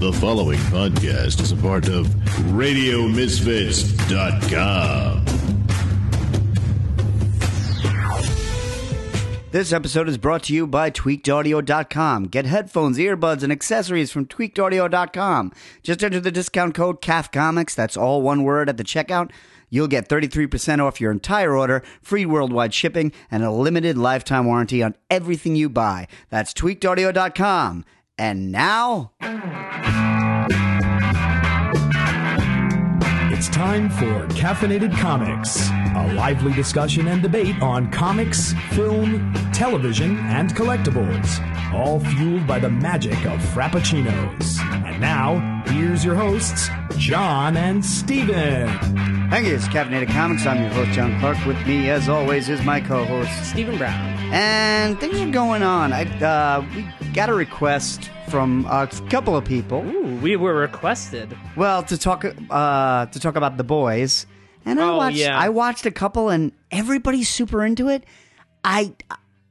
The following podcast is a part of RadioMisfits.com. This episode is brought to you by tweakedaudio.com. Get headphones, earbuds, and accessories from tweakedaudio.com. Just enter the discount code CAFCOMICS, that's all one word at the checkout. You'll get 33% off your entire order, free worldwide shipping, and a limited lifetime warranty on everything you buy. That's tweakedaudio.com. And now, It's time for Caffeinated Comics, a lively discussion and debate on comics, film, television, and collectibles, all fueled by the magic of Frappuccinos. And now, here's your hosts, John and Steven. thank you, it's Caffeinated Comics. I'm your host, John Clark. With me, as always, is my co host, Stephen Brown. And things are going on. I uh, we got a request from a couple of people. Ooh, we were requested. Well, to talk uh, to talk about the boys, and I Oh, watched yeah. I watched a couple, and everybody's super into it. I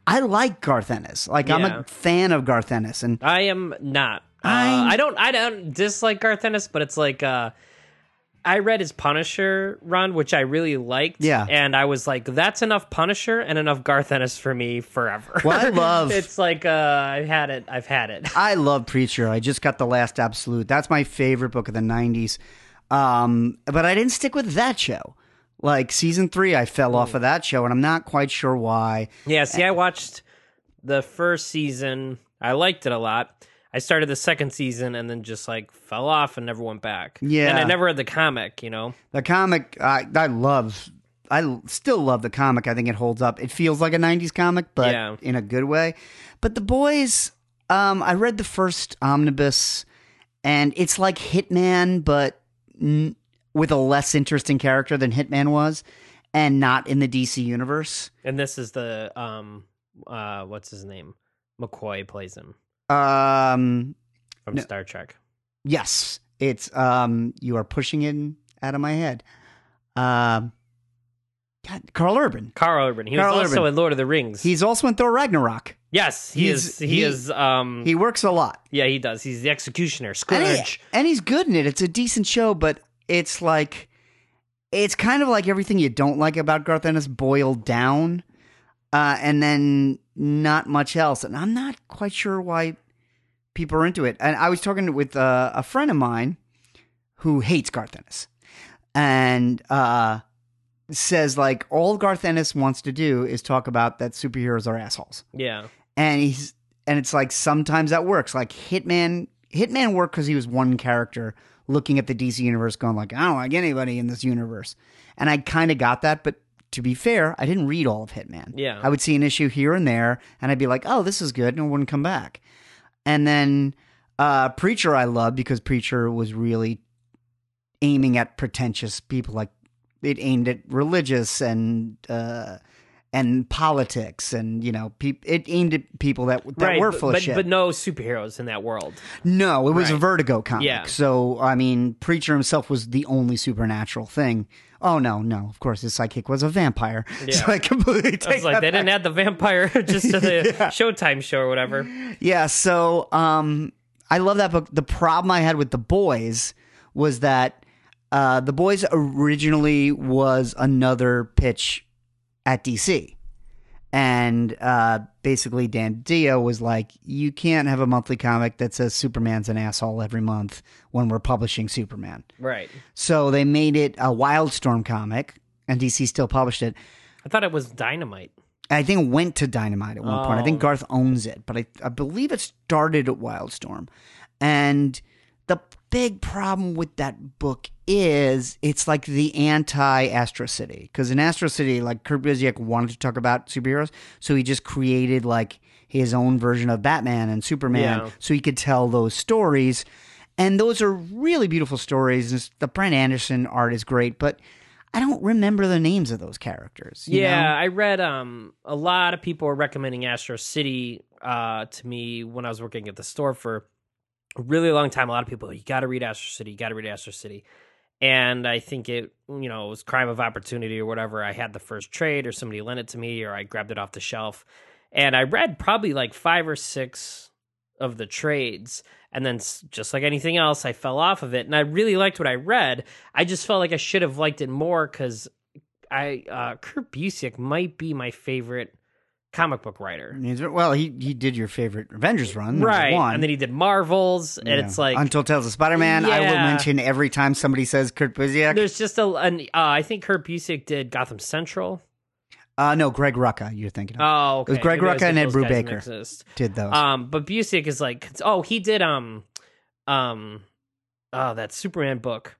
I like Garth Ennis. Like I'm Yeah. a fan of Garth Ennis, and I am not. Uh, I'm- I don't. I don't dislike Garth Ennis, but it's like uh, I read his Punisher run, which I really liked. Yeah. and I was like, that's enough Punisher and enough Garth Ennis for me forever. Well, I love- it's like uh, I've had it. I've had it. I love Preacher. I just got the last absolute. That's my favorite book of the '90s. Um, but I didn't stick with that show. Like season three, I fell off of that show, and I'm not quite sure why. Yeah, see, I watched the first season. I liked it a lot. I started the second season and then just like fell off and never went back. Yeah. and I never read the comic. You know, The comic, I, I love. I l- still love the comic. I think it holds up. It feels like a '90s comic, but Yeah. in a good way. But the boys, um, I read the first omnibus, and it's like Hitman, but n- with a less interesting character than Hitman was, and not in the DC universe. and this is the um, uh, what's his name? McCoy plays him Um, from No. Star Trek. yes, it's um, you are pushing it out of my head. Um, God, Carl Urban. Carl Urban. He Karl was also Urban. in Lord of the Rings. He's also in Thor Ragnarok. yes, he he's- is. He, he- is. Um, He works a lot. yeah, he does. He's the executioner. And, he- Scourge. and he's good in it. It's a decent show, but it's like it's kind of like everything you don't like about Garth Ennis boiled down, uh, and then not much else. And I'm not quite sure why people are into it. And I was talking with uh, a friend of mine who hates Garth Ennis, and uh, says like all Garth Ennis wants to do is talk about that superheroes are assholes Yeah, and he's and it's like sometimes that works like hitman hitman worked because he was one character looking at the dc universe going like i don't like anybody in this universe and i kind of got that but to be fair i didn't read all of hitman Yeah. i would see an issue here and there and i'd be like oh this is good and it wouldn't come back and then uh preacher i love because preacher was really aiming at pretentious people like it aimed at religious and uh and politics and you know peop it aimed at people that that right. were but- full but, of shit but no superheroes in that world. no it was a Right. vertigo comic Yeah. so i mean preacher himself was the only supernatural thing oh no no of course his sidekick was a vampire Yeah. so i completely take I was like, that they didn't add the vampire just to the Showtime show or whatever. Yeah, so um I love that book. The problem I had with The Boys was that uh The Boys originally was another pitch at DC. And uh basically Dan Dio was like, You can't have a monthly comic that says Superman's an asshole every month when we're publishing Superman. Right. So they made it a Wildstorm comic and DC still published it. I thought it was dynamite. I think it went to Dynamite at one point. I think Oh. Garth owns it, but I, I believe it started at Wildstorm. And the big problem with that book is it's like the anti Astro City. Because in Astro City, like Kurt Busiek wanted to talk about superheroes, so he just created like his own version of Batman and Superman Yeah. so he could tell those stories. And those are really beautiful stories. and The Brent Anderson art is great, but I don't remember the names of those characters. you yeah, know? I read um a lot of people were recommending Astro City uh to me when I was working at the store for a really long time. A lot of people, you got to read Astro City, you got to read Astro City. And I think it, you know, it was crime of opportunity or whatever. I had the first trade or somebody lent it to me or I grabbed it off the shelf. And I read probably like five or six of the trades. And then, s- just like anything else, I fell off of it. And I really liked what I read. I just felt like I should have liked it more because I uh, Kurt Busiek might be my favorite comic book writer. He's- Well, he he did your favorite Avengers run, Right. One. And then he did Marvels. And it's like. Until Tales of Spider Man, I will Yeah. mention every time somebody says Kurt Busiek. there's just a, an, uh, I think Kurt Busiek did Gotham Central. Uh, no, Greg Rucka, you're thinking of. Oh, okay. was Greg Maybe I Rucka and think Ed those guys Brubaker. mixed. did those. Um, but Busiek is like, oh, he did um, um, oh, that Superman book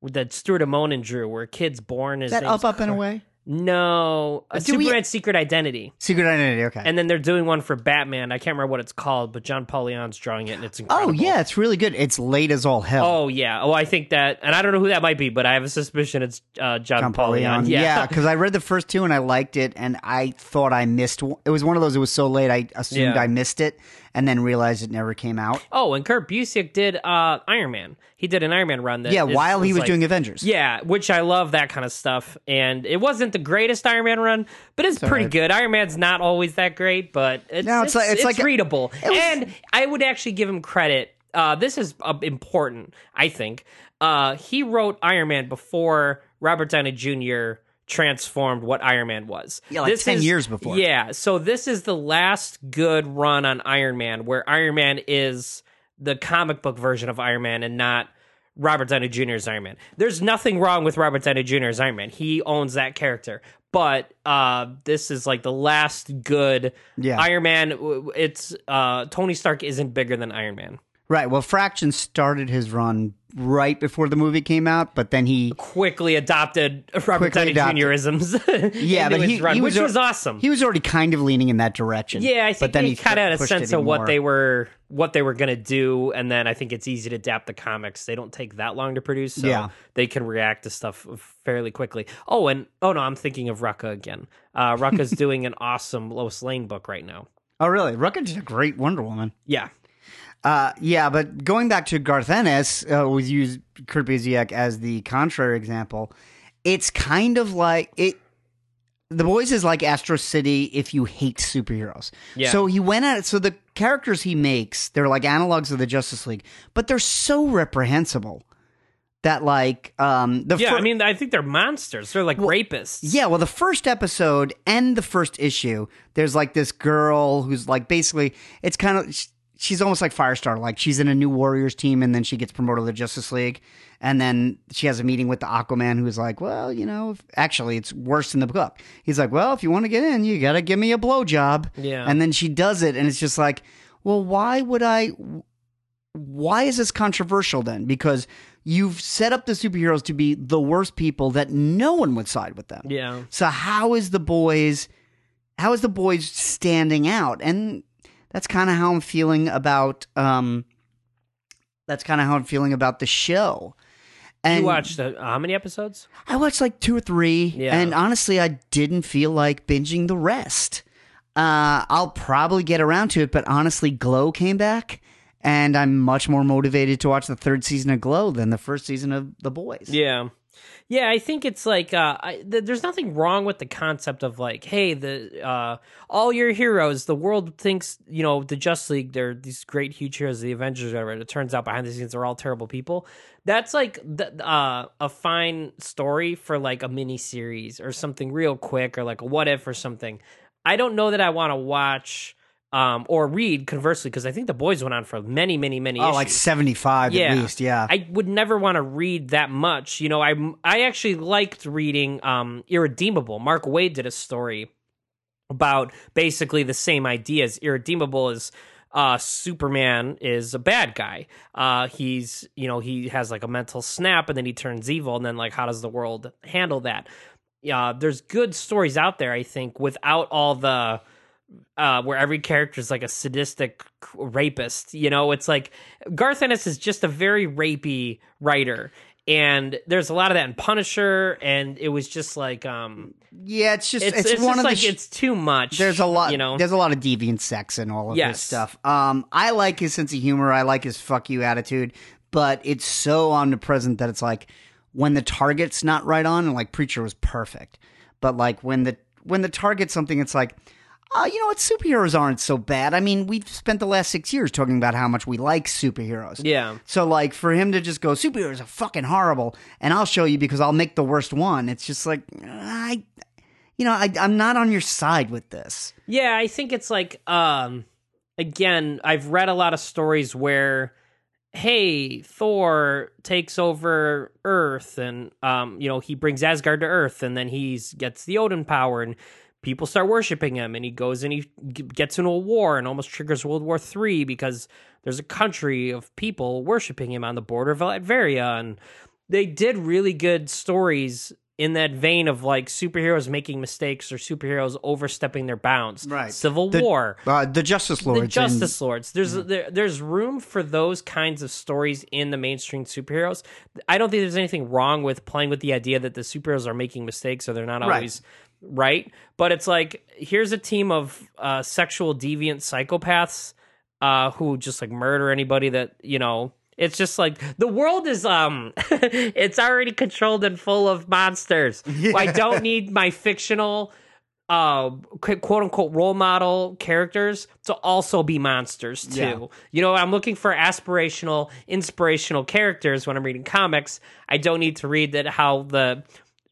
with that Stuart Amonin drew, where a kid's born is that up, up, and away? No, a Do we- Superman Secret Identity, Secret Identity, okay. and then they're doing one for Batman. I can't remember what it's called, but John Paulion's drawing it, and it's oh, incredible. yeah, it's really good. It's late as all hell. Oh yeah. Oh, I think that, and I don't know who that might be, but I have a suspicion it's uh, John, Paulion. Champollion. Yeah, because I read the first two and I liked it, and I thought I missed. one- It was one of those. It was so late, I assumed Yeah. I missed it, and then realized it never came out. Oh, and Kurt Busiek did uh, Iron Man. He did an Iron Man run. That yeah, is- while he is was like- doing Avengers. Yeah, which I love that kind of stuff. And it wasn't the greatest Iron Man run, but it's pretty alright. good. Iron Man's not always that great, but it's, No, it's it's, like- it's like a- readable. it was- and I would actually give him credit. Uh, this is uh, important, I think. Uh, he wrote Iron Man before Robert Downey Jr. transformed what Iron Man was. Yeah, like 10 is- years before. Yeah, so this is the last good run on Iron Man where Iron Man is the comic book version of Iron Man and not Robert Downey Jr.'s Iron Man. There's nothing wrong with Robert Downey Jr.'s Iron Man. He owns that character. But uh, this is like the last good Yeah. Iron Man. W- It's uh, Tony Stark isn't bigger than Iron Man. Right. Well, Fraction started his run right before the movie came out, but then he. Quickly adopted Robert Quickly Downey adopted. Jr. isms. Yeah, but he, run, he was, which al- was awesome. He was already kind of leaning in that direction. Yeah, I think but then he, he kind of had a pushed sense it of what more. they were what they were going to do, and then I think it's easy to adapt the comics. They don't take that long to produce, so Yeah. they can react to stuff fairly quickly. Oh, and oh no, I'm thinking of Rucka again. Uh, Rucka's doing an awesome Lois Lane book right now. Oh, really? Rucker did a great Wonder Woman. Yeah, Uh, yeah, but going back to Garth Ennis, uh, we use Kurt Busiek as the contrary example. It's kind of like it. The Boys is like Astro City if you hate superheroes. Yeah. So he went at it. So the characters he makes, they're like analogs of the Justice League, but they're so reprehensible that like um the yeah. fir- I mean, I think they're monsters. They're like rapists. yeah, well, the first episode and the first issue, there's like this girl who's like basically, it's kind of, sh- she's almost like Firestar. Like she's in a new Warriors team and then she gets promoted to the Justice League. And then she has a meeting with the Aquaman who's like, well, you know, if, actually, it's worse than the book. He's like, well, if you want to get in, you got to give me a blowjob. Yeah. And then she does it. And it's just like, well, why would I, why is this controversial then? Because you've set up the superheroes to be the worst people that no one would side with them. yeah. So how is the boys how is the boys standing out? And that's kind of how I'm feeling about um that's kind of how I'm feeling about the show. And You watched uh, how many episodes? I watched like two or three, Yeah. and honestly, I didn't feel like binging the rest. Uh, I'll probably get around to it, but honestly, Glow came back, and I'm much more motivated to watch the third season of Glow than the first season of The Boys. Yeah. Yeah, I think it's like uh, I, th- there's nothing wrong with the concept of like, hey, the uh, all your heroes, the world thinks you know the Just League, they're these great huge heroes, the Avengers, whatever. and It turns out behind the scenes they're all terrible people. That's like th- uh, a fine story for like a mini series or something real quick or like a what if or something. I don't know that I want to watch um, or read conversely because I think the boys went on for many, many, many. Oh, issues. like 75 Yeah. at least. Yeah. I would never want to read that much. You know, I I actually liked reading um Irredeemable. Mark Wade did a story about basically the same ideas. Irredeemable is uh Superman is a bad guy. Uh he's, you know, he has like a mental snap and then he turns evil and then like how does the world handle that? Yeah, there's good stories out there I think without all the uh, where every character is like a sadistic rapist. You know, it's like Garth Ennis is just a very rapey writer, and there's a lot of that in Punisher, and it was just like um, yeah, it's just, it's, it's, it's, one just of like the. sh- it's too much. there's a lot, you know. There's a lot of deviant sex in all of Yes. this stuff. Um, I like his sense of humor. I like his "fuck you" attitude, but it's so omnipresent that it's like when the target's not right on, and like Preacher was perfect, but like when the when the target's something, it's like uh, you know what, superheroes aren't so bad. I mean, we've spent the last six years talking about how much we like superheroes. Yeah. So like for him to just go, superheroes are fucking horrible, and I'll show you because I'll make the worst one. It's just like I, you know, I, I'm not on your side with this. Yeah, I think it's like um again, I've read a lot of stories where hey, Thor takes over Earth and um you know, he brings Asgard to Earth and then he gets the Odin power and people start worshiping him and he goes and he g- gets into a war and almost triggers World War 3 because there's a country of people worshiping him on the border of Latveria and they did really good stories in that vein of like superheroes making mistakes or superheroes overstepping their bounds. Right. Civil The- War. Uh, the Justice Lords. The Justice Lords. There's there, there's room for those kinds of stories in the mainstream superheroes. I don't think there's anything wrong with playing with the idea that the superheroes are making mistakes or they're not Right. always right. But it's like here's a team of uh, sexual deviant psychopaths uh, who just like murder anybody that you know. It's just like the world is um, it's already controlled and full of monsters. I don't need my fictional uh qu- quote unquote role model characters to also be monsters too. Yeah. You know, I'm looking for aspirational, inspirational characters when I'm reading comics. I don't need to read that how the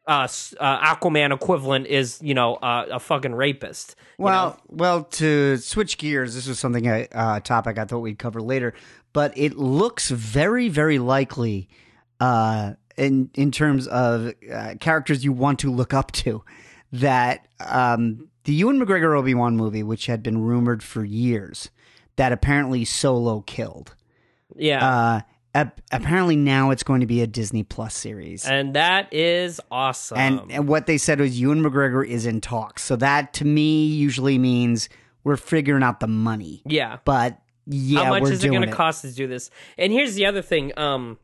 uh, s- uh Aquaman equivalent is, you know, uh, a fucking rapist. you Well, know? well, to switch gears, this was something I uh, topic I thought we'd cover later, but it looks very, very likely uh, in in terms of uh, characters you want to look up to that um, the Ewan McGregor Obi Wan movie, which had been rumored for years, that apparently Solo killed. yeah. Uh, ap- apparently now it's going to be a Disney Plus series. and that is awesome. And, and what they said was Ewan McGregor is in talks. So that to me usually means we're figuring out the money. yeah. But yeah, how much we're is it doing going it. to cost to do this? And here's the other thing. Um,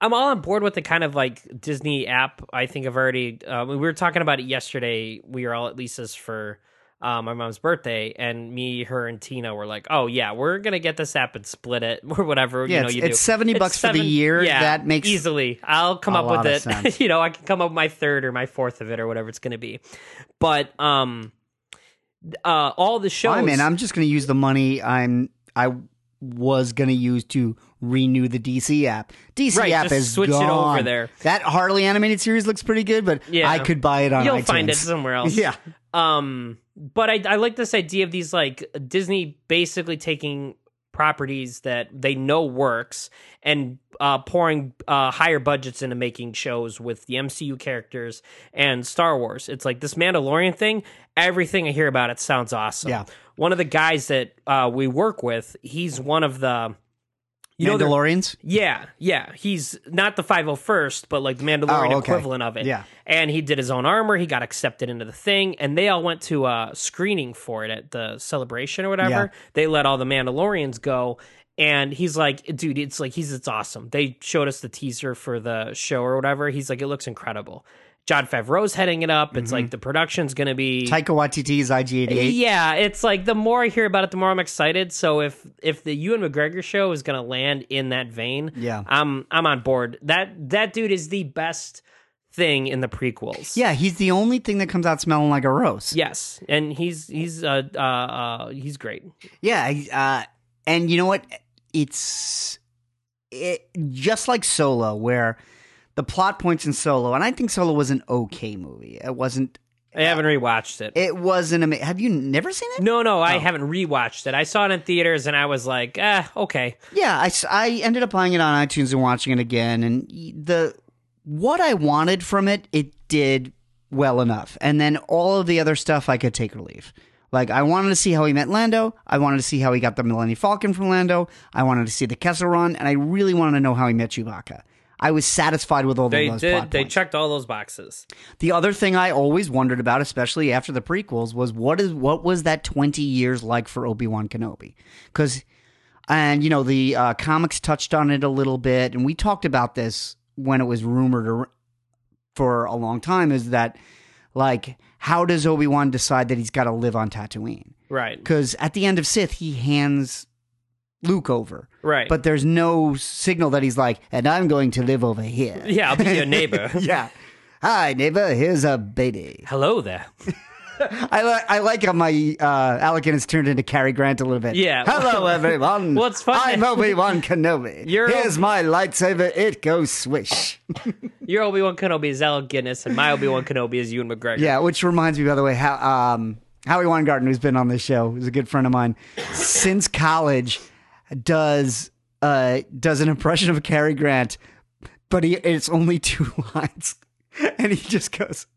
I'm all on board with the kind of like Disney app. I think I've already. Um, we were talking about it yesterday. We were all at Lisa's for uh, my mom's birthday, and me, her, and Tina were like, "Oh yeah, we're gonna get this app and split it or whatever." Yeah, you know, it's- you it's do. 70 bucks for the year. Yeah, That makes easily. I'll come a up lot of with it. sense. you know, I can come up with my third or my fourth of it or whatever it's gonna be. But um, uh, all the shows. I mean, I'm just going to use the money I'm I was going to use to renew the DC app. DC Right, app just is switch it over gone. there. That Harley animated series looks pretty good, but Yeah. I could buy it on You'll iTunes. find it somewhere else. Yeah. Um, but I, I like this idea of these like Disney basically taking properties that they know works and uh, pouring uh, higher budgets into making shows with the MCU characters and Star Wars. It's like this Mandalorian thing. Everything I hear about it sounds awesome. Yeah. One of the guys that uh, we work with, he's one of the. You know, they're- Mandalorians? yeah, yeah. He's not the 501st, but like the Mandalorian Oh, okay. equivalent of it. Yeah. And he did his own armor. He got accepted into the thing, and they all went to a screening for it at the celebration or whatever. They let all the Mandalorians go. And he's like, dude, it's like, he's, it's awesome. They showed us the teaser for the show or whatever. He's like, it looks incredible. John Favreau's heading it up. Mm-hmm. It's like the production's going to be. Taika Waititi's IG88. Yeah, it's like the more I hear about it, the more I'm excited. So if if the Ewan McGregor show is gonna land in that vein, Yeah. I'm I'm on board. That that dude is the best thing in the prequels. Yeah, he's the only thing that comes out smelling like a rose. Yes, and he's he's uh uh, uh he's great. Yeah, I- uh, and you know what? It's it, just like Solo, where the plot points in Solo, and I think Solo was an okay movie. It wasn't. I haven't rewatched it. It Oh. wasn't. Ama- Have you never seen it? no, no, I haven't rewatched it. I saw it in theaters and I was like, ah, okay. Yeah, I, s- I ended up buying it on iTunes and watching it again, and y- the what I wanted from it, it did well enough, and then all of the other stuff I could take or leave. Like I wanted to see how he met Lando, I wanted to see how he got the Millennium Falcon from Lando, I wanted to see the Kessel Run, and I really wanted to know how he met Chewbacca. I was satisfied with all They of those did. plot They points. checked all those boxes. The other thing I always wondered about, especially after the prequels, was what is what was that twenty years like for Obi Wan Kenobi? Because, and you know, the uh, comics touched on it a little bit, and we talked about this when it was rumored ar- for a long time. Is that like how does Obi Wan decide that he's got to live on Tatooine? Right. Because at the end of Sith, he hands Luke over. Right. But there's no signal that he's like, and I'm going to live over here. yeah, I'll be your neighbor. yeah. Hi, neighbor. Here's a baby. Hello there. I like I like how my uh, Alec has turned into Cary Grant a little bit. Yeah. Hello everyone. Well, it's funny. I'm Obi Wan Kenobi. You're- Here's my lightsaber. It goes swish. Your Obi Wan Kenobi is Alec Guinness, and my Obi Wan Kenobi is Ewan McGregor. Yeah, which reminds me, by the way, how um, Howie Weingarten, who's been on this show, is a good friend of mine since college, does uh, does an impression of Cary Grant, but he, it's only two lines, and he just goes.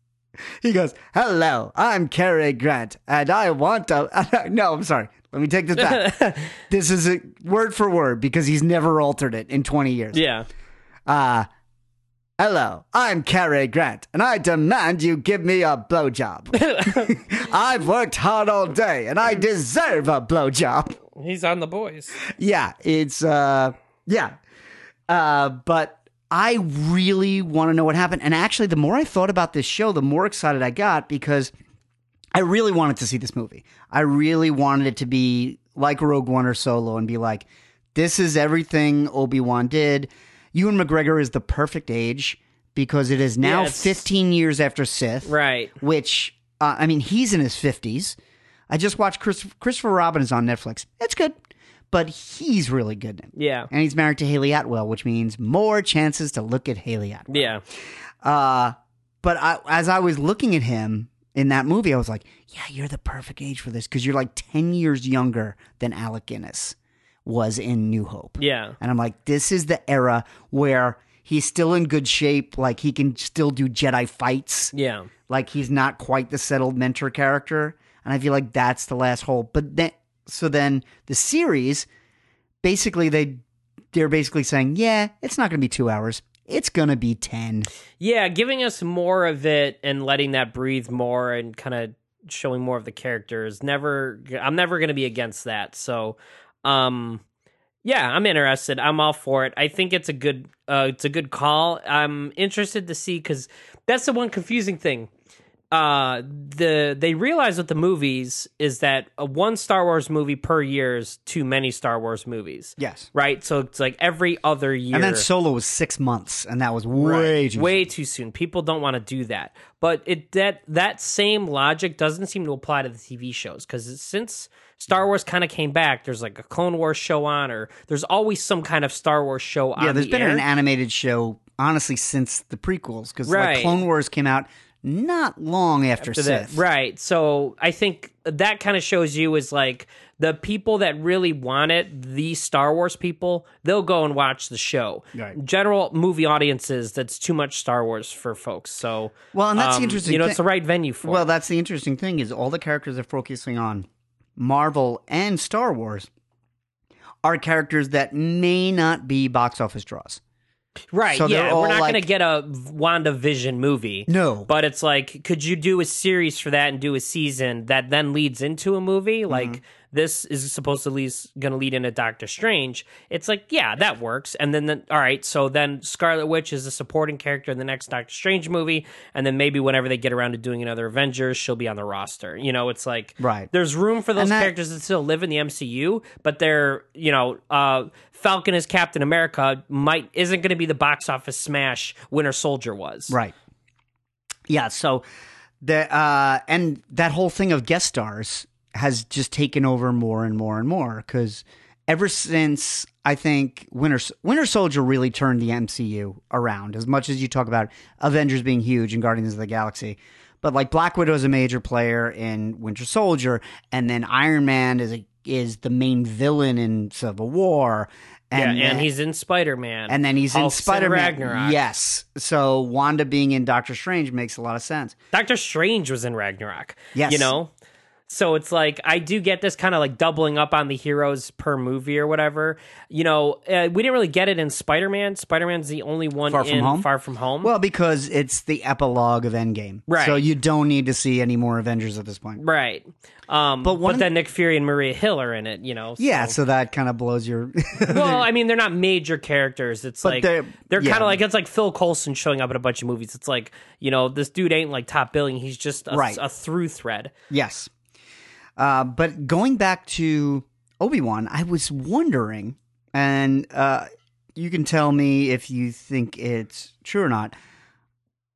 He goes, "Hello, I'm Cary Grant, and I want to." no, I'm sorry. Let me take this back. this is a word for word because he's never altered it in 20 years. Yeah. Hello, I'm Cary Grant, and I demand you give me a blowjob. I've worked hard all day, and I deserve a blowjob. He's on the boys. Yeah, it's uh, yeah, uh, but I really want to know what happened. And actually, the more I thought about this show, the more excited I got because I really wanted to see this movie. I really wanted it to be like Rogue One or Solo and be like, this is everything Obi Wan did. Ewan McGregor is the perfect age because it is now Yeah, it's- 15 years after Sith Right. which uh, I mean, he's in his fifties. I just watched Chris, Christopher Robin is on Netflix. It's good, but he's really good. in it. Yeah. And he's married to Haley Atwell, which means more chances to look at Haley Atwell. Yeah. Uh, but I, as I was looking at him in that movie, I was like, yeah, you're the perfect age for this because you're like 10 years younger than Alec Guinness was in New Hope. Yeah. And I'm like, this is the era where he's still in good shape. Like, he can still do Jedi fights Yeah. like he's not quite the settled mentor character and i feel like that's the last hole but then so then the series basically they they're basically saying yeah it's not going to be 2 hours it's going to be 10 Yeah. Giving us more of it and letting that breathe more and kind of showing more of the characters. Never, I'm never going to be against that. So, um, yeah, I'm interested. I'm all for it. I think it's a good, uh, it's a good call. I'm interested to see because that's the one confusing thing. Uh, the they realize with the movies is that a one Star Wars movie per year is too many Star Wars movies. yes right? So it's like every other year. and then solo was 6 months and that was Right. way too way too soon. People don't want to do that. But it that that same logic doesn't seem to apply to the TV shows because since Star Wars kind of came back, there's like a Clone Wars show on, or there's always some kind of Star Wars show on. yeah there's the been air. an animated show honestly since the prequels cuz Right. like clone wars came out not long after, to that. Sith. Right. So I think that kind of shows you is like the people that really want it, the Star Wars people, they'll go and watch the show. Right. General movie audiences, that's too much Star Wars for folks. So Well, and that's the um, interesting You know, thing- it's the right venue for. Well, it. that's the interesting thing is all the characters they're focusing on, Marvel and Star Wars, are characters that may not be box office draws. right? so they're yeah, we're all not going like- to get a Wanda Vision movie. No. But it's like, could you do a series for that and do a season that then leads into a movie? Mm-hmm. Like this is supposed to lead going to lead into Doctor Strange. It's like, yeah, that works. And then, the, all right, so then Scarlet Witch is a supporting character in the next Doctor Strange movie, and then maybe whenever they get around to doing another Avengers, she'll be on the roster. You know, it's like, Right. There's room for those And that- characters that still live in the MCU, but they're you know, uh, Falcon is Captain America might isn't going to be the box office smash Winter Soldier was. Right. Yeah, so the uh and that whole thing of guest stars has just taken over more and more and more cuz ever since I think Winter Winter Soldier really turned the MCU around as much as you talk about Avengers being huge and Guardians of the Galaxy but like Black Widow is a major player in Winter Soldier and then Iron Man is a, is the main villain in Civil War Yeah, and, then- he's in Spider Man. and then he's in Spider Man. Ragnarok. Yes. So Wanda being in Doctor Strange makes a lot of sense. Doctor Strange was in Ragnarok. Yes. You know? So it's like I do get this kind of like doubling up on the heroes per movie or whatever. You know, uh, we didn't really get it in Spider Man. Spider Man's the only one Far From in Home? Far From Home. Well, because it's the epilogue of Endgame. Right. So you don't need to see any more Avengers at this point. right. Um, but, one- then Nick Fury and Maria Hill are in it, you know? Yeah, so that kind of blows your. well, I mean, they're not major characters. It's But like they're, they're- yeah. kind of like it's like Phil Coulson showing up in a bunch of movies. It's like you know this dude ain't like top billing. He's just a, Right. a through thread. yes. Uh, but going back to Obi Wan, I was wondering, and uh, you can tell me if you think it's true or not.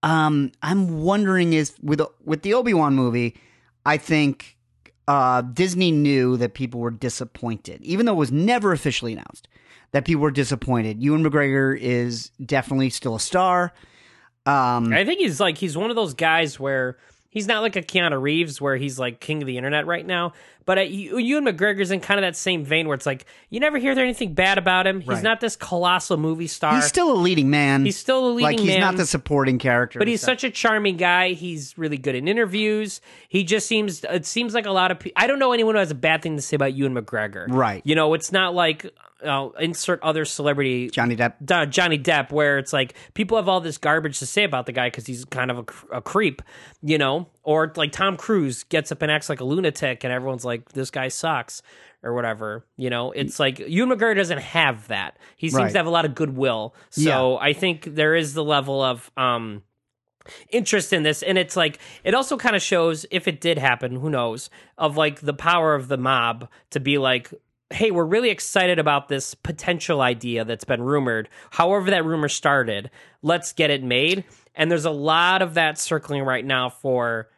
Um, I'm wondering is with with the Obi Wan movie, I think uh, Disney knew that people were disappointed, even though it was never officially announced that people were disappointed. Ewan McGregor is definitely still a star. Um, I think he's like he's one of those guys where he's not like a Keanu Reeves where he's like king of the internet right now. But uh, you, Ewan McGregor's in kind of that same vein where it's like you never hear there anything bad about him. He's Right. not this colossal movie star. he's still a leading man. He's still a leading like he's man. not the supporting character, but he's such a charming guy. He's really good in interviews. He just seems it seems like a lot of people. I don't know anyone who has a bad thing to say about Ewan McGregor. Right. You know, it's not like uh, insert other celebrity Johnny Depp. Don- Johnny Depp, where it's like people have all this garbage to say about the guy because he's kind of a, cr- a creep, you know, or like Tom Cruise gets up and acts like a lunatic, and everyone's like, "This guy sucks," or whatever, you know. It's like Ewan McGregor doesn't have that. He seems Right. to have a lot of goodwill, so I think there is the level of um interest in this and it's like it also kind of shows if it did happen who knows of like the power of the mob to be like hey we're really excited about this potential idea that's been rumored however that rumor started let's get it made and there's a lot of that circling right now for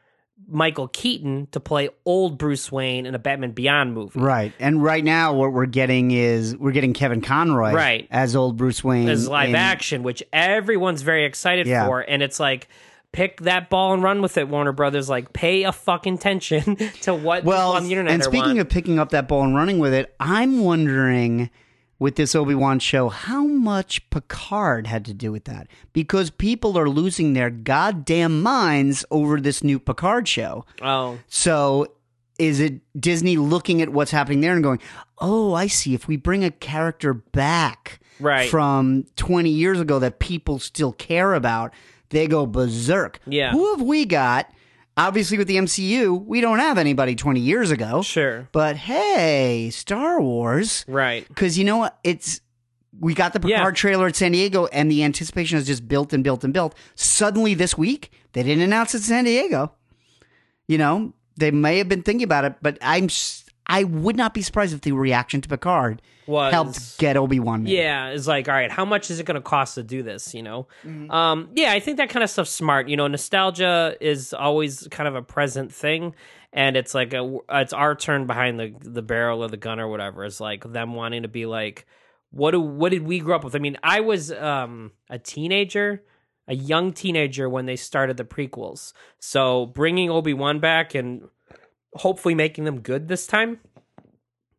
michael keaton to play old bruce wayne in a batman beyond movie Right, and right now what we're getting is we're getting Kevin Conroy Right. as old Bruce Wayne is live in- action, which everyone's very excited Yeah. for, and it's like pick that ball and run with it, Warner Brothers. Like pay a fucking attention to what Well, people on the internet. and are speaking want. of picking up that ball and running with it, I'm wondering with this Obi Wan show how much Picard had to do with that because people are losing their goddamn minds over this new Picard show. oh, So is it Disney looking at what's happening there and going, "Oh, I see. If we bring a character back Right. from 20 years ago that people still care about, they go berserk." Yeah. Who have we got? Obviously, with the MCU, we don't have anybody 20 years ago. sure, But hey, Star Wars. right, Because you know what? It's we got the Yeah. Picard trailer at San Diego, and the anticipation has just built and built and built. Suddenly, this week, they didn't announce it in San Diego. You know, they may have been thinking about it, but I'm s- I would not be surprised if the reaction to Picard was helped get Obi Wan. Yeah, it's like, all right, how much is it going to cost to do this? You know, um, yeah, I think that kind of stuff's smart. You know, nostalgia is always kind of a present thing, and it's like a, it's our turn behind the the barrel or the gun or whatever. It's like them wanting to be like, what do what did we grow up with? I mean, I was um, a teenager. A young teenager when they started the prequels, so bringing Obi Wan back and hopefully making them good this time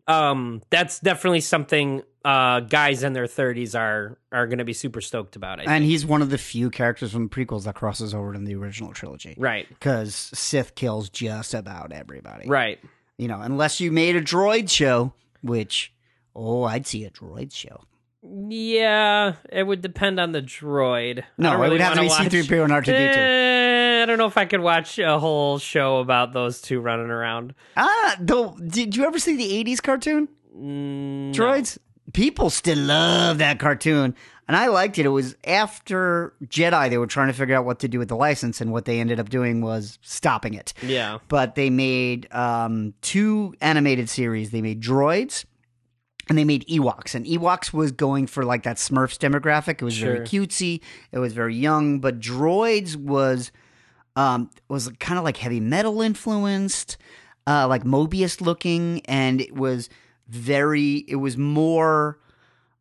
um that's definitely something uh guys in their 30s are are going to be super stoked about it and he's one of the few characters from the prequels that crosses over in the original trilogy. right Because Sith kills just about everybody. right You know, unless you made a droid show, which, oh, I'd see a droid show. yeah it would depend on the droid No, I don't it would really have to be wanna watch- C3PO and R2D2. Eh, i don't know if i could watch a whole show about those two running around Ah, though, did you ever see the 80s cartoon? Mm, Droids? People still love that cartoon. And I liked it. It was after Jedi, they were trying to figure out what to do with the license, and what they ended up doing was stopping it. yeah But they made um, two animated series. They made Droids and they made Ewoks. And Ewoks was going for like that Smurfs demographic. It was very cutesy. It was very young. But Droids was um, was kind of like heavy metal influenced, uh, like Mobius looking, and it was very. It was more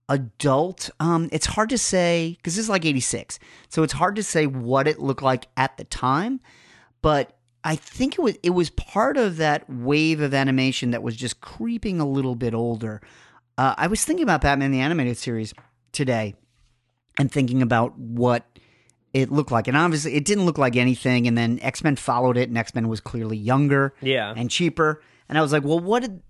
adult. Um, it's hard to say because this is like '86, so it's hard to say what it looked like at the time. But I think it was it was part of that wave of animation that was just creeping a little bit older. Uh, I was thinking about Batman the animated series today, and thinking about what it looked like. And obviously, it didn't look like anything. And then X Men followed it, and X Men was clearly younger Yeah. and cheaper. And I was like, well, what did,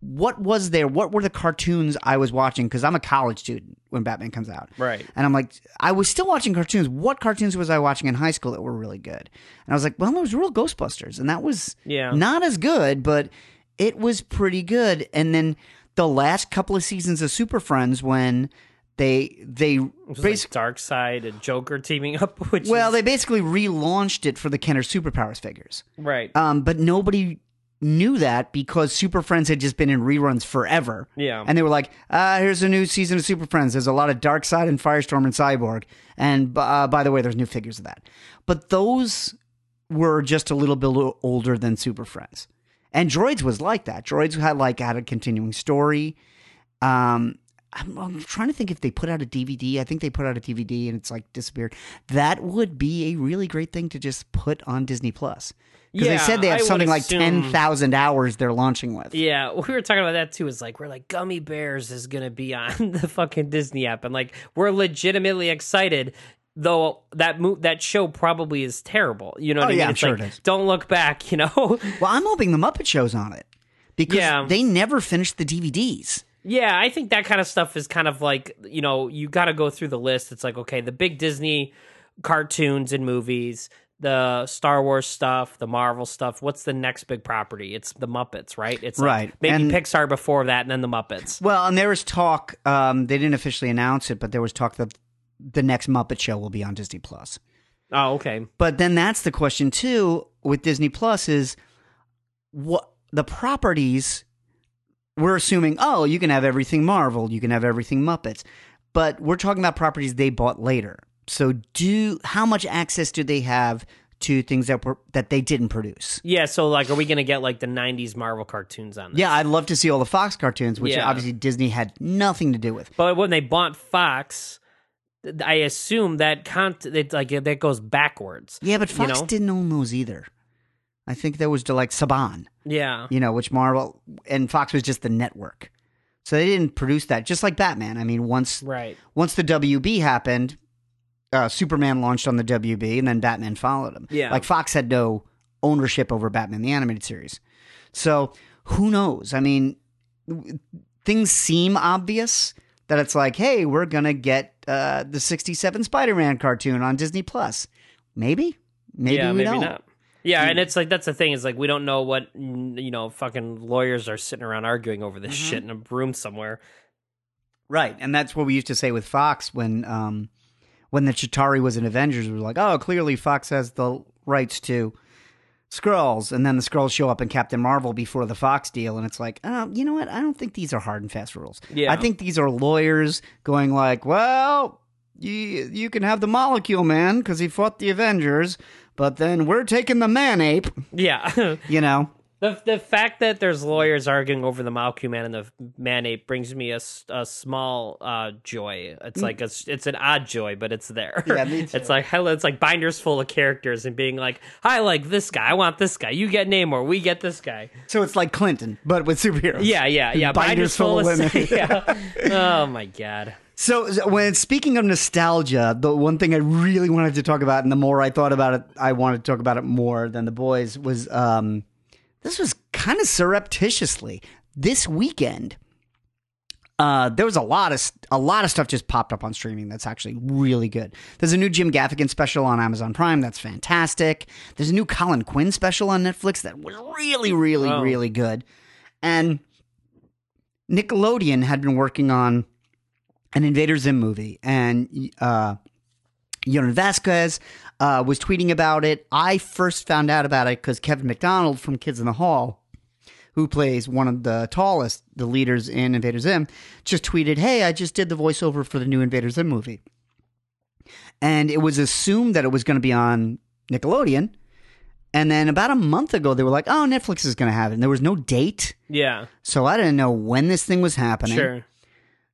what was there? What were the cartoons I was watching? Because I'm a college student when Batman comes out, Right. And I'm like, I was still watching cartoons. What cartoons was I watching in high school that were really good? And I was like, well, there was Real Ghostbusters, and that was Yeah. not as good, but it was pretty good. And then the last couple of seasons of Super Friends when they they It was basically like dark side and joker teaming up which well, is, they basically relaunched it for the Kenner Superpowers figures. right Um, but nobody knew that because Super Friends had just been in reruns forever. Yeah. And they were like, uh, here's a new season of Super Friends. There's a lot of Dark Side and Firestorm and Cyborg. And uh, by the way, there's new figures of that. But those were just a little bit older than Super Friends. And Droids was like that. Droids had like had a continuing story. Um, I'm, I'm trying to think if they put out a DVD. I think they put out a DVD and it's like disappeared. That would be a really great thing to just put on Disney Plus because they Yeah, said they have I would something like assume- ten thousand hours they're launching with. Yeah, we were talking about that too. Is like we're like gummy bears is gonna be on the fucking Disney app, and like we're legitimately excited. Though that mo- that show probably is terrible. You know Oh, what I mean? yeah, I'm It's sure like, it is. Don't look back. You know. Well, I'm hoping the Muppet Show's on it because Yeah. they never finished the DVDs. Yeah, I think that kind of stuff is kind of like, you know, you got to go through the list. It's like, okay, the big Disney cartoons and movies, the Star Wars stuff, the Marvel stuff. What's the next big property? It's the Muppets, right? It's like Right, maybe and- Pixar before that and then the Muppets. Well, and there was talk. Um, they didn't officially announce it, but there was talk that the next Muppet Show will be on Disney Plus. Oh, okay. But then that's the question too with Disney Plus is what the properties we're assuming, oh, you can have everything Marvel, you can have everything Muppets. But we're talking about properties they bought later. So do how much access do they have to things that were that they didn't produce? Yeah, so like are we going to get like the 90s Marvel cartoons on this? Yeah, I'd love to see all the Fox cartoons, which Yeah. obviously Disney had nothing to do with. But when they bought Fox, th- I assume that cont- it, like that goes backwards. Yeah, but You Fox know? didn't own those either. I think that was to like Saban. Yeah. you know, which Marvel and Fox was just the network. So they didn't produce that, just like Batman. I mean, once Right. once the WB happened, uh, Superman launched on the WB, and then Batman followed him. Yeah. like Fox had no ownership over Batman the animated series. So who knows? I mean, w- things seem obvious that it's like, hey, we're gonna get uh, the '67 Spider-Man cartoon on Disney Plus. Maybe, maybe yeah, we maybe don't. not. Yeah, and it's like that's the thing is like we don't know what mm, you know fucking lawyers are sitting around arguing over this shit in a room somewhere. Right, and that's what we used to say with Fox when um, when the Chitari was in Avengers. We were like, oh, clearly Fox has the rights to Skrulls, and then the Skrulls show up in Captain Marvel before the Fox deal, and it's like, oh, you know what? I don't think these are hard and fast rules. Yeah. I think these are lawyers going like, well, you you can have the Molecule Man because he fought the Avengers, but then we're taking the Man Ape, Yeah, the you know. the fact that there's lawyers arguing over the Malky man and the man ape brings me a, s- a small uh, joy. It's like a s it's an odd joy, but it's there. Mm. Yeah, me too. It's like hell. It's like binders full of characters and being like, I like this guy. I want this guy. You get Namor. We get this guy. So it's like Clinton, but with superheroes. Yeah, yeah, yeah. Binders full of women. yeah. Oh my god. So so when speaking of nostalgia, the one thing I really wanted to talk about, and the more I thought about it, I wanted to talk about it more than the boys was um, this was kind of surreptitiously this weekend. Uh, there was a lot of st- a lot of stuff just popped up on streaming that's actually really good. There's a new Jim Gaffigan special on Amazon Prime that's fantastic. There's a new Colin Quinn special on Netflix that was really, really, Wow. really good. And Nickelodeon had been working on an Invader Zim movie, and uh, Yonan Vasquez uh, was tweeting about it. I first found out about it because Kevin McDonald from Kids in the Hall, who plays one of the tallest, the leaders in Invader Zim, just tweeted, "Hey, I just did the voiceover for the new Invader Zim movie," and it was assumed that it was going to be on Nickelodeon. And then about a month ago, they were like, "Oh, Netflix is going to have it." And there was no date, Yeah. so I didn't know when this thing was happening. Sure.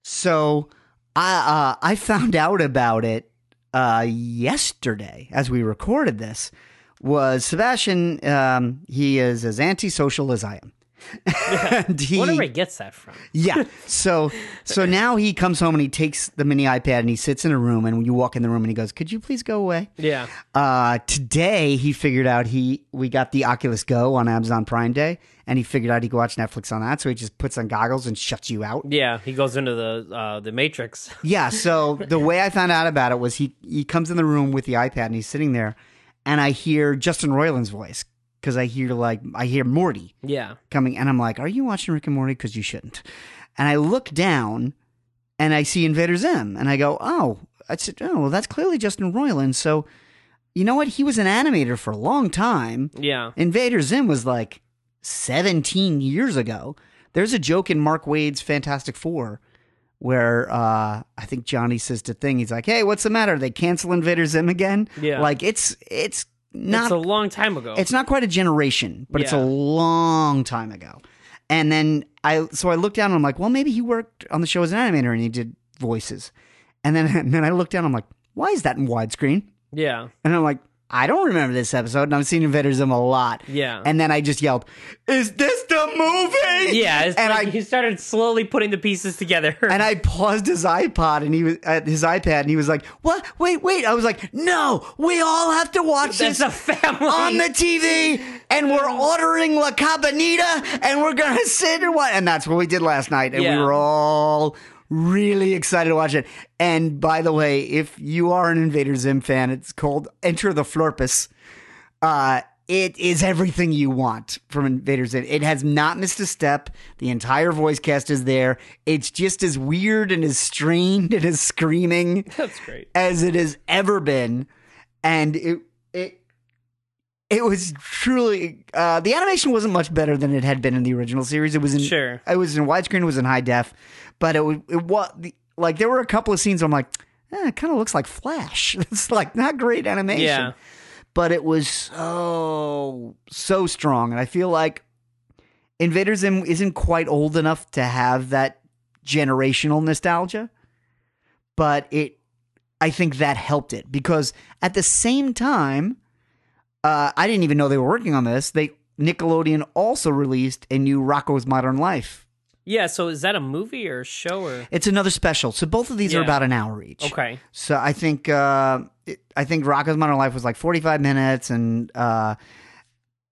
So I uh, I found out about it uh, yesterday as we recorded this. Was Sebastian? Um, he is as antisocial as I am. and he, Wonder where he gets that from. yeah. So so now he comes home and he takes the mini iPad and he sits in a room and you walk in the room and he goes, "Could you please go away?" Yeah. Uh, today he figured out he we got the Oculus Go on Amazon Prime Day and he figured out he could watch Netflix on that, so he just puts on goggles and shuts you out. Yeah, he goes into the uh, the Matrix. Yeah. So the way I found out about it was he he comes in the room with the iPad and he's sitting there, and I hear Justin Roiland's voice because I hear like I hear Morty Yeah, coming, and I'm like, "Are you watching Rick and Morty? Because you shouldn't." And I look down, and I see Invader Zim, and I go, "Oh, I said, oh, well, that's clearly Justin Roiland." So, you know what? He was an animator for a long time. yeah, Invader Zim was like 17 years ago. There's a joke in Mark Wade's Fantastic Four where uh, I think Johnny says to Thing, he's like, "Hey, what's the matter? They cancel Invader Zim again?" Yeah. Like it's it's not it's a long time ago. it's not quite a generation, but it's a Yeah. long time ago. And then I so I looked down and I'm like, well, maybe he worked on the show as an animator and he did voices. And then and then I looked down, I'm like, why is that in widescreen? yeah, And I'm like, I don't remember this episode, and I'm seeing Invaders a lot. Yeah. And then I just yelled, Is this the movie? yeah. It's and like I he started slowly putting the pieces together. and I paused his iPod and he was at his iPad and he was like, "What? Wait, wait!" I was like, "No, we all have to watch That's this a family. on the TV, and we're ordering La Cabanita, and we're gonna sit and watch." And that's what we did last night, and Yeah. we were all really excited to watch it. And by the way, if you are an Invader Zim fan, it's called Enter the Florpus. Uh, it is everything you want from Invader Zim. It has not missed a step. The entire voice cast is there. It's just as weird and as strained and as screaming That's great. as it has ever been, and it it it was truly uh, the animation wasn't much better than it had been in the original series. It was in Sure. it was in widescreen, it was in high def, but it was it was like there were a couple of scenes I'm like, eh, it kind of looks like Flash. It's like not great animation, Yeah. but it was so so strong, and I feel like Invader Zim isn't quite old enough to have that generational nostalgia, but it I think that helped it because at the same time, uh, I didn't even know they were working on this. They Nickelodeon also released a new Rocco's Modern Life. Yeah. So is that a movie or a show or? It's another special, so both of these are Yeah. about an hour each. Okay. So I think uh, it, I think Rocco's Modern Life was like 45 minutes, and uh,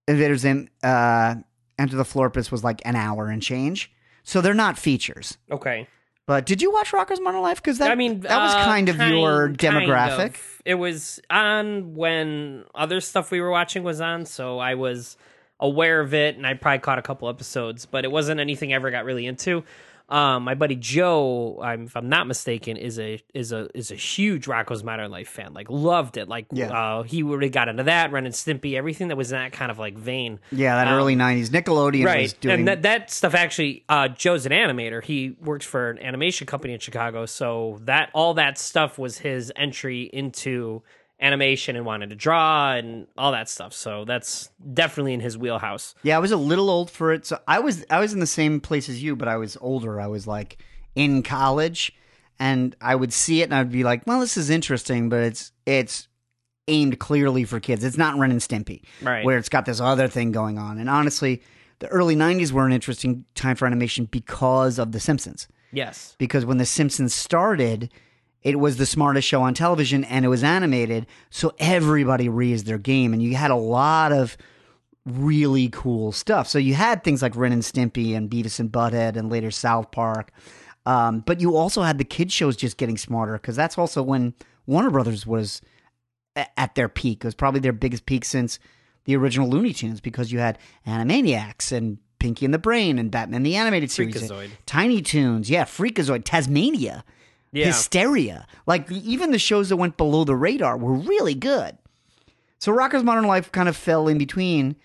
Invader Zim uh, Enter the Florpus was like an hour and change. So they're not features. Okay. But did you watch Rocco's Modern Life? Because that I mean, that was uh, kind of your kind demographic. of. It was on when other stuff we were watching was on, so I was aware of it, and I probably caught a couple episodes, but it wasn't anything I ever got really into. Um, my buddy Joe, I'm, if I'm not mistaken, is a is a is a huge Rocco's Modern Life fan. Like, loved it. Like, Yeah. uh, he really got into that, Ren and Stimpy, everything that was in that kind of like vein Yeah, that early '90s Nickelodeon was doing. Um, and that, that stuff actually uh, joe's an animator he works for an animation company in chicago so that all that stuff was his entry into animation and wanted to draw and all that stuff so that's definitely in his wheelhouse yeah, I was a little old for it, so I was I was in the same place as you, but I was older. I was like in college, and I would see it, and I'd be like, "Well, this is interesting, but it's it's aimed clearly for kids. It's not Ren and Stimpy, Right. Where it's got this other thing going on." And honestly, the early '90s were an interesting time for animation because of The Simpsons. yes because when The Simpsons started, it was the smartest show on television and it was animated. So everybody raised their game and you had a lot of really cool stuff. So you had things like Ren and Stimpy and Beavis and Butthead and later South Park. Um, but you also had the kid shows just getting smarter because that's also when Warner Brothers was a- at their peak. It was probably their biggest peak since the original Looney Tunes because you had Animaniacs and Pinky and the Brain and Batman the Animated Series, and Freakazoid. Tiny Toons, yeah, Freakazoid, Tasmania, yeah Hysteria. Like even the shows that went below the radar were really good. So Rocker's Modern Life kind of fell in between,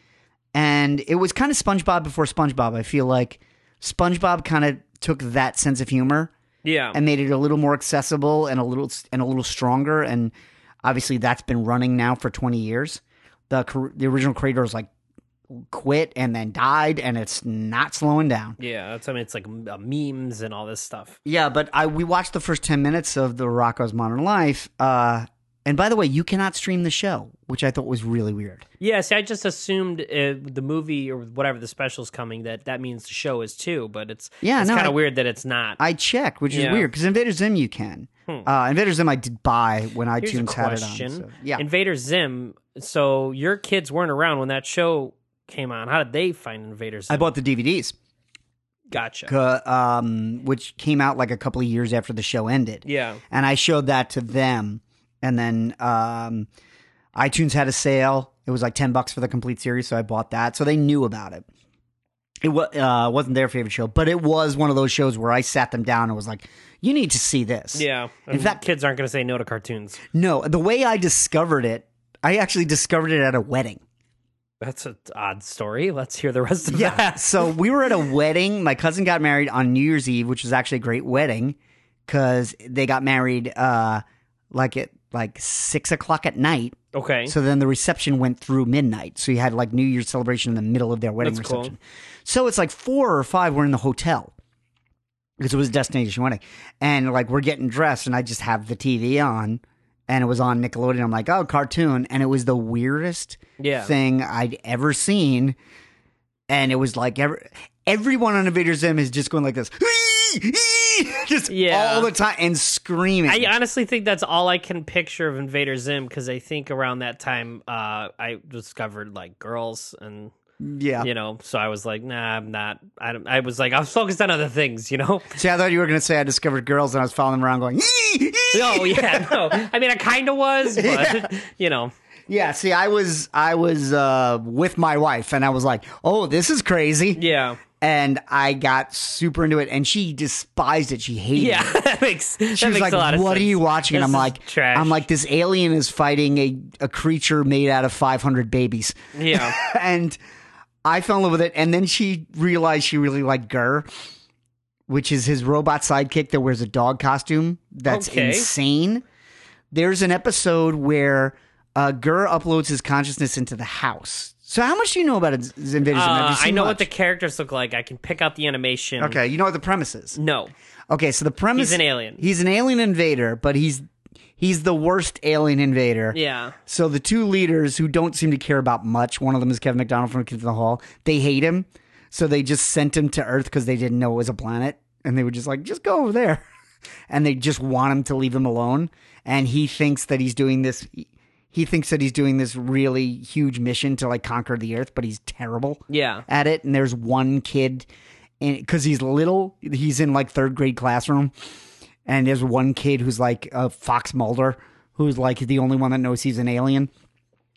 and it was kind of SpongeBob before SpongeBob. I feel like SpongeBob kind of took that sense of humor yeah and made it a little more accessible and a little and a little stronger. And obviously, that's been running now for twenty years. The cr- the original creators like quit and then died, and it's not slowing down. yeah that's i mean it's like m- uh, memes and all this stuff Yeah, but I we watched the first ten minutes of the Rocco's Modern Life. Uh, and by the way, you cannot stream the show, which I thought was really weird. yeah see i just assumed uh, the movie or whatever the special's coming that that means the show is too but it's Yeah, it's no, kind I- of weird that it's not I checked, which is Yeah. Hmm. weird because Invader Zim you can. Uh, Invader Zim I did buy when Here's iTunes a had it question. on. so- yeah, Invader Zim. So your kids weren't around when that show came on. How did they find Invader Zim? I bought the DVDs. Gotcha. uh, um, which came out like a couple of years after the show ended. Yeah. And I showed that to them. And then um, iTunes had a sale. It was like 10 bucks for the complete series. So I bought that. So they knew about it. It wa- uh, wasn't their favorite show, but it was one of those shows where I sat them down and was like, you need to see this. Yeah. In In fact- fact, kids aren't going to say no to cartoons. No, the way I discovered it, I actually discovered it at a wedding. That's an odd story. Let's hear the rest of Yeah. that. so we were at a wedding. My cousin got married on New Year's Eve, which was actually a great wedding because they got married uh, like at like six o'clock at night. Okay. So then the reception went through midnight. So you had like New Year's celebration in the middle of their wedding That's cool. reception. So it's like four or five were in the hotel because it was a destination wedding. And like we're getting dressed and I just have the TV on and it was on Nickelodeon. I'm like, oh, cartoon. And it was the weirdest Yeah. thing I'd ever seen. And it was like every, everyone on Invader Zim is just going like this. Just Yeah. all the time and screaming. I honestly think that's all I can picture of Invader Zim because I think around that time uh, I discovered like girls and yeah. you know so I was like nah I'm not I don't, I was like I was focused on other things you know See, I thought you were going to say I discovered girls and I was following them around going, "Ee, ee." no yeah no I mean I kind of was but you know yeah. See, I was, I was uh, with my wife and I was like, oh, this is crazy. yeah And I got super into it and she despised it. She hated yeah it. that makes that She was makes like, a "What lot of are sense. you watching?" And This I'm is like, trash. "I'm like this alien is fighting a, a creature made out of 500 babies." yeah and I fell in love with it. And then she realized she really liked Gurr, which is his robot sidekick that wears a dog costume. That's Okay. insane. There's an episode where uh, Gurr uploads his consciousnz into the house. So how much do you know about Z- Z- Invaders? Zim? Have Uh, you I seen know much? what the characters look like I can pick out the animation Okay, you know what the premise is. no Okay, so the premise He's an alien. He's an alien invader, but he's he's the worst alien invader. yeah So the two leaders who don't seem to care about much, one of them is Kevin McDonald from Kids in the Hall. They hate him, so they just sent him to Earth because they didn't know it was a planet, and they were just like, just go over there, and they just want him to leave him alone. And he thinks that he's doing this. He thinks that he's doing this really huge mission to like conquer the Earth, but he's terrible yeah at it. And there's one kid, because he's little, he's in like third grade classroom, and there's one kid who's like a Fox Mulder, who's like the only one that knows he's an alien.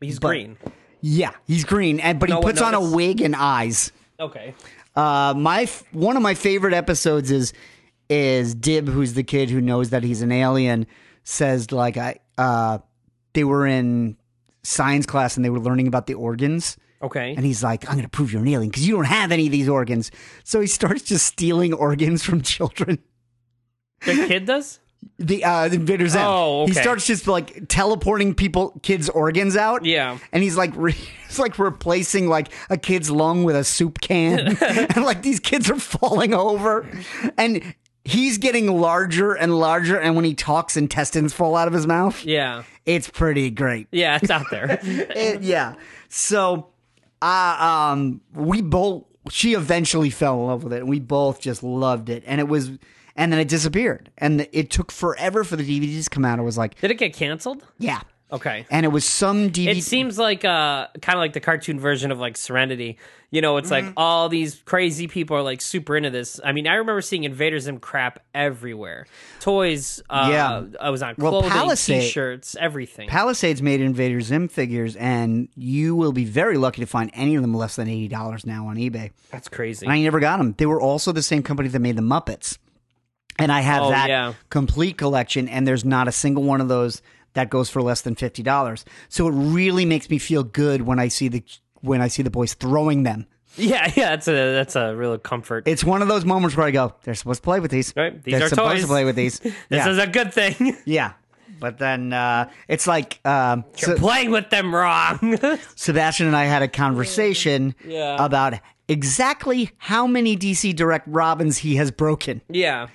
he's But- green Yeah, he's green, and but he No one puts on a noticed? wig and eyes. okay Uh, my f- one of my favorite episodes is is Dib, who's the kid who knows that he's an alien, says like I uh, they were in science class and they were learning about the organs. okay And he's like, I'm going to prove you're an alien because you don't have any of these organs. So he starts just stealing organs from children. the kid does The, uh, the Invader Zim. Oh, He okay. starts just like teleporting people, kids' organs out. Yeah. And he's like, re- it's like replacing like a kid's lung with a soup can. and like these kids are falling over. And he's getting larger and larger. And when he talks, intestines fall out of his mouth. yeah It's pretty great. yeah it's out there It- yeah. So, I um, we both she eventually fell in love with it, and we both just loved it. And it was, and then it disappeared, and it took forever for the DVDs to come out. It was like, Did it get canceled? yeah, Okay. and it was some DVD. It seems like uh kind of like the cartoon version of like Serenity. You know, it's Mm-hmm. like all these crazy people are like super into this. I mean, I remember seeing Invader Zim crap everywhere. Toys, uh Yeah. I was on Well, clothing, Palisade- t-shirts, everything. Palisades made Invader Zim figures, and you will be very lucky to find any of them less than eighty dollars now on eBay. That's crazy. And I never got them. They were also the same company that made the Muppets. And I have Oh, that yeah. complete collection, and there's not a single one of those that goes for less than fifty dollars. So it really makes me feel good when I see the when I see the boys throwing them. yeah, yeah, that's a that's a real comfort. It's one of those moments where I go, "They're supposed to play with these. Right, these They're are supposed toys. to play with these." this yeah, is a good thing. yeah. But then uh, it's like um, You're so- playing with them wrong. Sebastian and I had a conversation Yeah. about exactly how many DC Direct Robins he has broken. yeah.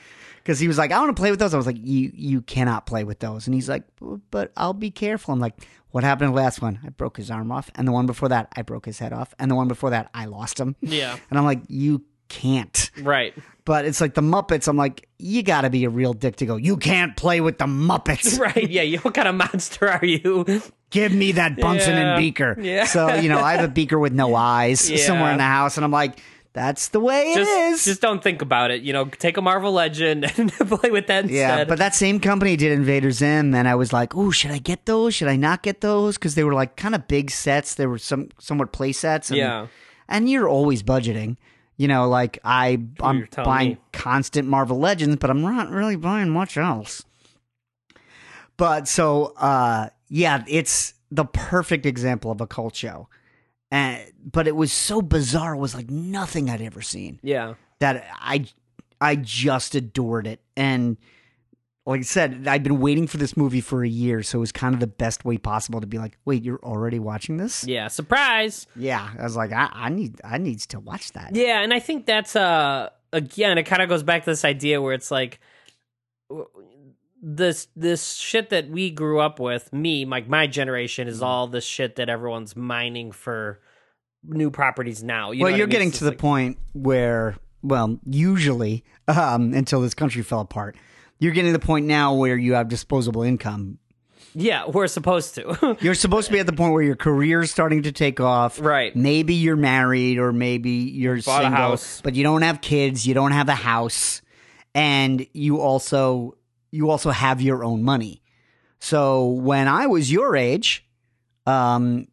because he was like, "I want to play with those." I was like, "You you cannot play with those." And he's like, "B- "But I'll be careful." I'm like, "What happened to the last one? I broke his arm off, and the one before that, I broke his head off, and the one before that, I lost him." Yeah. and I'm like, "You can't." Right. But it's like the Muppets. I'm like, "You got to be a real dick to go. You can't play with the Muppets. Right. Yeah, you what kind of monster are you? Give me that Bunsen Yeah. and beaker." Yeah. So you know, I have a beaker with no eyes Yeah. somewhere in the house, and I'm like, "That's the way it is." just, just don't think about it. You know, take a Marvel Legend and play with that Yeah, instead. but that same company did Invader Zim, and I was like, "Oh, should I get those? Should I not get those?" Because they were like kind of big sets. They were some somewhat play sets. And, Yeah. and you're always budgeting. You know, like I I'm you're telling buying me. constant Marvel Legends, but I'm not really buying much else. But so uh, yeah, it's the perfect example of a cult show. And, but it was so bizarre. It was like nothing I'd ever seen yeah, that I I just adored it and like I said, I'd been waiting for this movie for a year, so it was kind of the best way possible to be like, wait, you're already watching this? Yeah, surprise. Yeah, I was like, I, I need, I needs to watch that. Yeah, and I think that's uh again, it kind of goes back to this idea where it's like w- this this shit that we grew up with, me, like my generation Mm-hmm. is all this shit that everyone's mining for new properties now. You know well, what I you're mean? getting So to the it's like- point where, well, usually um, until this country fell apart, you're getting to the point now where you have disposable income. Yeah, we're supposed to. You're supposed to be at the point where your career's starting to take off. Right. Maybe you're married or maybe you're Bought a single, house. but you don't have kids, you don't have a house, and you also you also have your own money. So when I was your age, um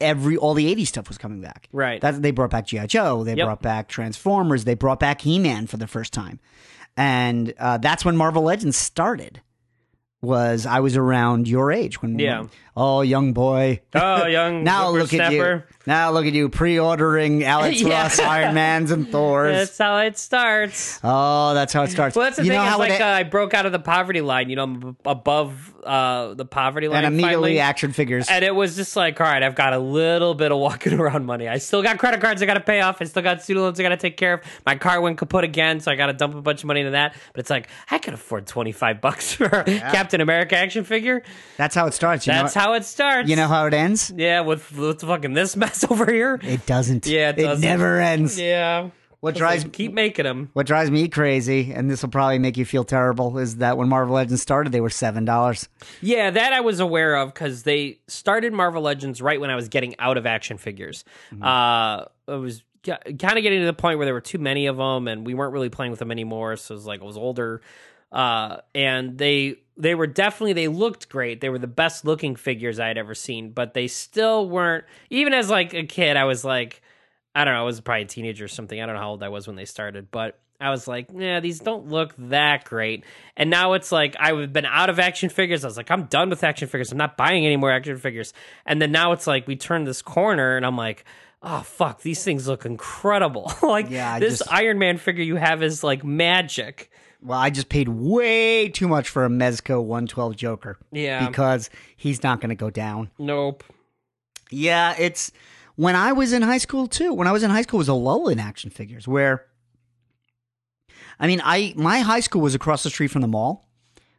every all the 80s stuff was coming back. right. That they brought back GI Joe, they Yep. brought back Transformers, they brought back He Man for the first time, and uh, that's when Marvel Legends started. Was I was around your age when? Yeah. oh, young boy. oh, young Now look at you. whippersnapper. Now look at you pre-ordering Alex Yeah. Ross Iron Mans and Thors. That's how it starts. Oh, that's how it starts. Well, that's the you thing. know Is how like it, e uh, I broke out of the poverty line. You know, I'm ab- above uh, the poverty line, and immediately finally. action figures. And it was just like, all right, I've got a little bit of walking around money. I still got credit cards I got to pay off. I still got student loans I got to take care of. My car went kaput again, so I got to dump a bunch of money into that. But it's like I could afford twenty five bucks for a Captain America action figure. that's how it starts. You That's know, how it starts. you know how it ends. yeah, with with fucking this mess over here. It doesn't. Yeah, it doesn't. never ends. Yeah, What It's drives like, keep making them. What drives me crazy, and this will probably make you feel terrible, is that when Marvel Legends started, they were seven dollars. Yeah, that I was aware of because they started Marvel Legends right when I was getting out of action figures. Uh, I was kind of getting to the point where there were too many of them, and we weren't really playing with them anymore. So it was like I was older, uh, and they they were definitely they looked great. They were the best looking figures I had ever seen, but they still weren't. Even as like a kid, I was like, I don't know, I was probably a teenager or something. I don't know how old I was when they started, but I was like, yeah, these don't look that great. And now it's like I've been out of action figures. I was like, I'm done with action figures. I'm not buying any more action figures. And then now it's like we turn this corner and I'm like, oh fuck, these things look incredible. like Yeah, I this just- Iron Man figure you have is like magic. Well, I just paid way too much for a Mezco 112 Joker Yeah. because he's not going to go down. nope. Yeah, it's when I was in high school too. When I was in high school, it was a lull in action figures. Where, I mean, I my high school was across the street from the mall,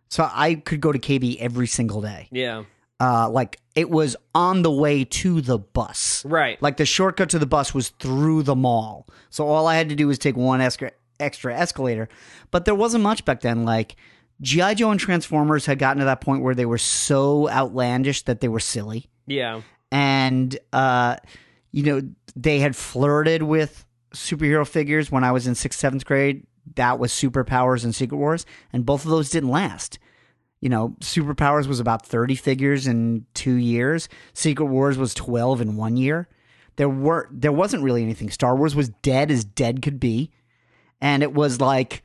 so I could go to KB every single day. Yeah. Uh, like it was on the way to the bus. Right. Like the shortcut to the bus was through the mall. So all I had to do was take one esca- extra escalator. But there wasn't much back then. Like G.I. Joe and Transformers had gotten to that point where they were so outlandish that they were silly. yeah. And, uh, you know, they had flirted with superhero figures when I was in sixth, seventh grade. That was Superpowers and Secret Wars. And both of those didn't last. You know, Superpowers was about 30 figures in two years. Secret Wars was 12 in one year. There were there wasn't really anything. Star Wars was dead as dead could be. And it was like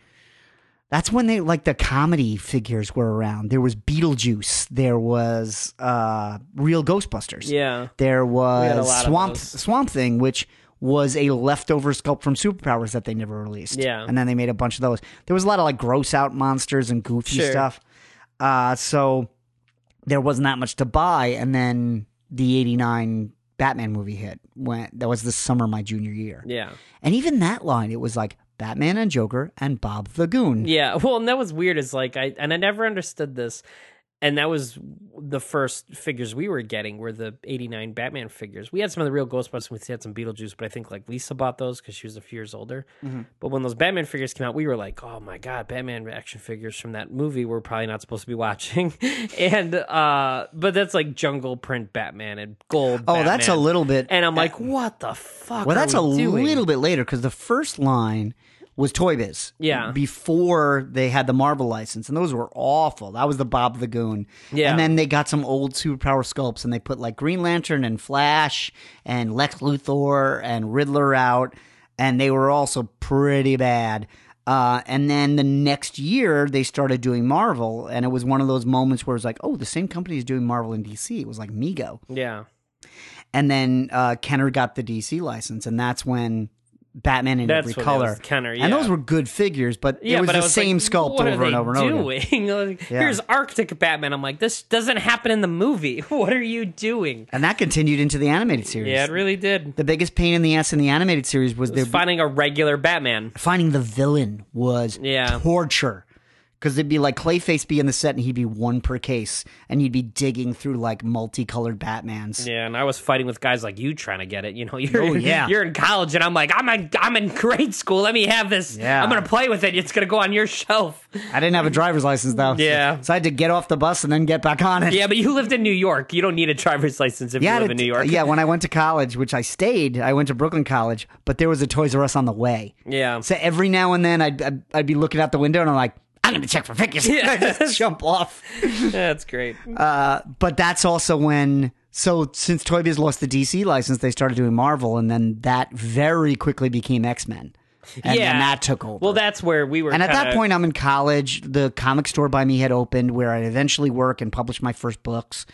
that's when they like the comedy figures were around. There was Beetlejuice. There was uh real Ghostbusters. Yeah. There had a was lot of Swamp those. Swamp Thing, which was a leftover sculpt from Superpowers that they never released. Yeah. and then they made a bunch of those. There was a lot of like gross out monsters and goofy Sure. stuff. Uh, so there wasn't that much to buy, and then the '89 Batman movie hit. When that was the summer of my junior year, Yeah. and even that line, it was like Batman and Joker and Bob the Goon. Yeah, well, and that was weird. Is like I and I never understood this, and that was the first figures we were getting were the '89 Batman figures. We had some of the real Ghostbusters. We had some Beetlejuice, but I think like Lisa bought those because she was a few years older. Mm-hmm. But when those Batman figures came out, we were like, "Oh my god, Batman action figures from that movie we're probably not supposed to be watching." and uh but that's like jungle print Batman and gold. Oh, that's a Batman. little bit. And I'm like, "What the fuck?" Well, are that's a we doing?" little bit later because the first line was Toy Biz. Yeah. Before they had the Marvel license, and those were awful. That was the Bob the Goon. Yeah. And then they got some old superpower sculpts, and they put like Green Lantern and Flash and Lex Luthor and Riddler out, and they were also pretty bad. Uh, and then the next year they started doing Marvel, and it was one of those moments where it was like, oh, the same company is doing Marvel in DC. It was like Mego Yeah, and then uh, Kenner got the DC license, and that's when Batman in That's every what it color. was, Kenner, And yeah. those were good figures, but Yeah, it was but I the was same like, sculpt what are over and they over and over. again. doing? Like, Yeah. Here's Arctic Batman. I'm like, this doesn't happen in the movie. What are you doing? And that continued into the animated series. Yeah, it really did. the biggest pain in the ass in the animated series was, It's their finding a regular Batman. finding the villain was Yeah. torture. Because it'd be like Clayface be in the set and he'd be one per case, and you'd be digging through like multicolored Batmans. Yeah, and I was fighting with guys like you trying to get it. You know, you're Oh, yeah. you're in college, and I'm like, I'm in, I'm in grade school. Let me have this. Yeah. I'm gonna play with it. It's gonna go on your shelf. I didn't have a driver's license though. Yeah. So I had to get off the bus and then get back on it. Yeah, but you lived in New York. You don't need a driver's license if Yeah, I you live had in a- New York. Yeah, when I went to college, which I stayed, I went to Brooklyn College, but there was a Toys R Us on the way. yeah. So every now and then, I'd I'd, I'd be looking out the window and I'm like, I'm gonna check for figures. I just jump off. That's great. But that's also when. So since Toy Biz lost the DC license, they started doing Marvel, and then that very quickly became X Men, and Yeah. then that took over. well, that's where we were. and at that kinda- point, I'm in college. The comic store by me had opened, where I'd eventually work and publish my first books.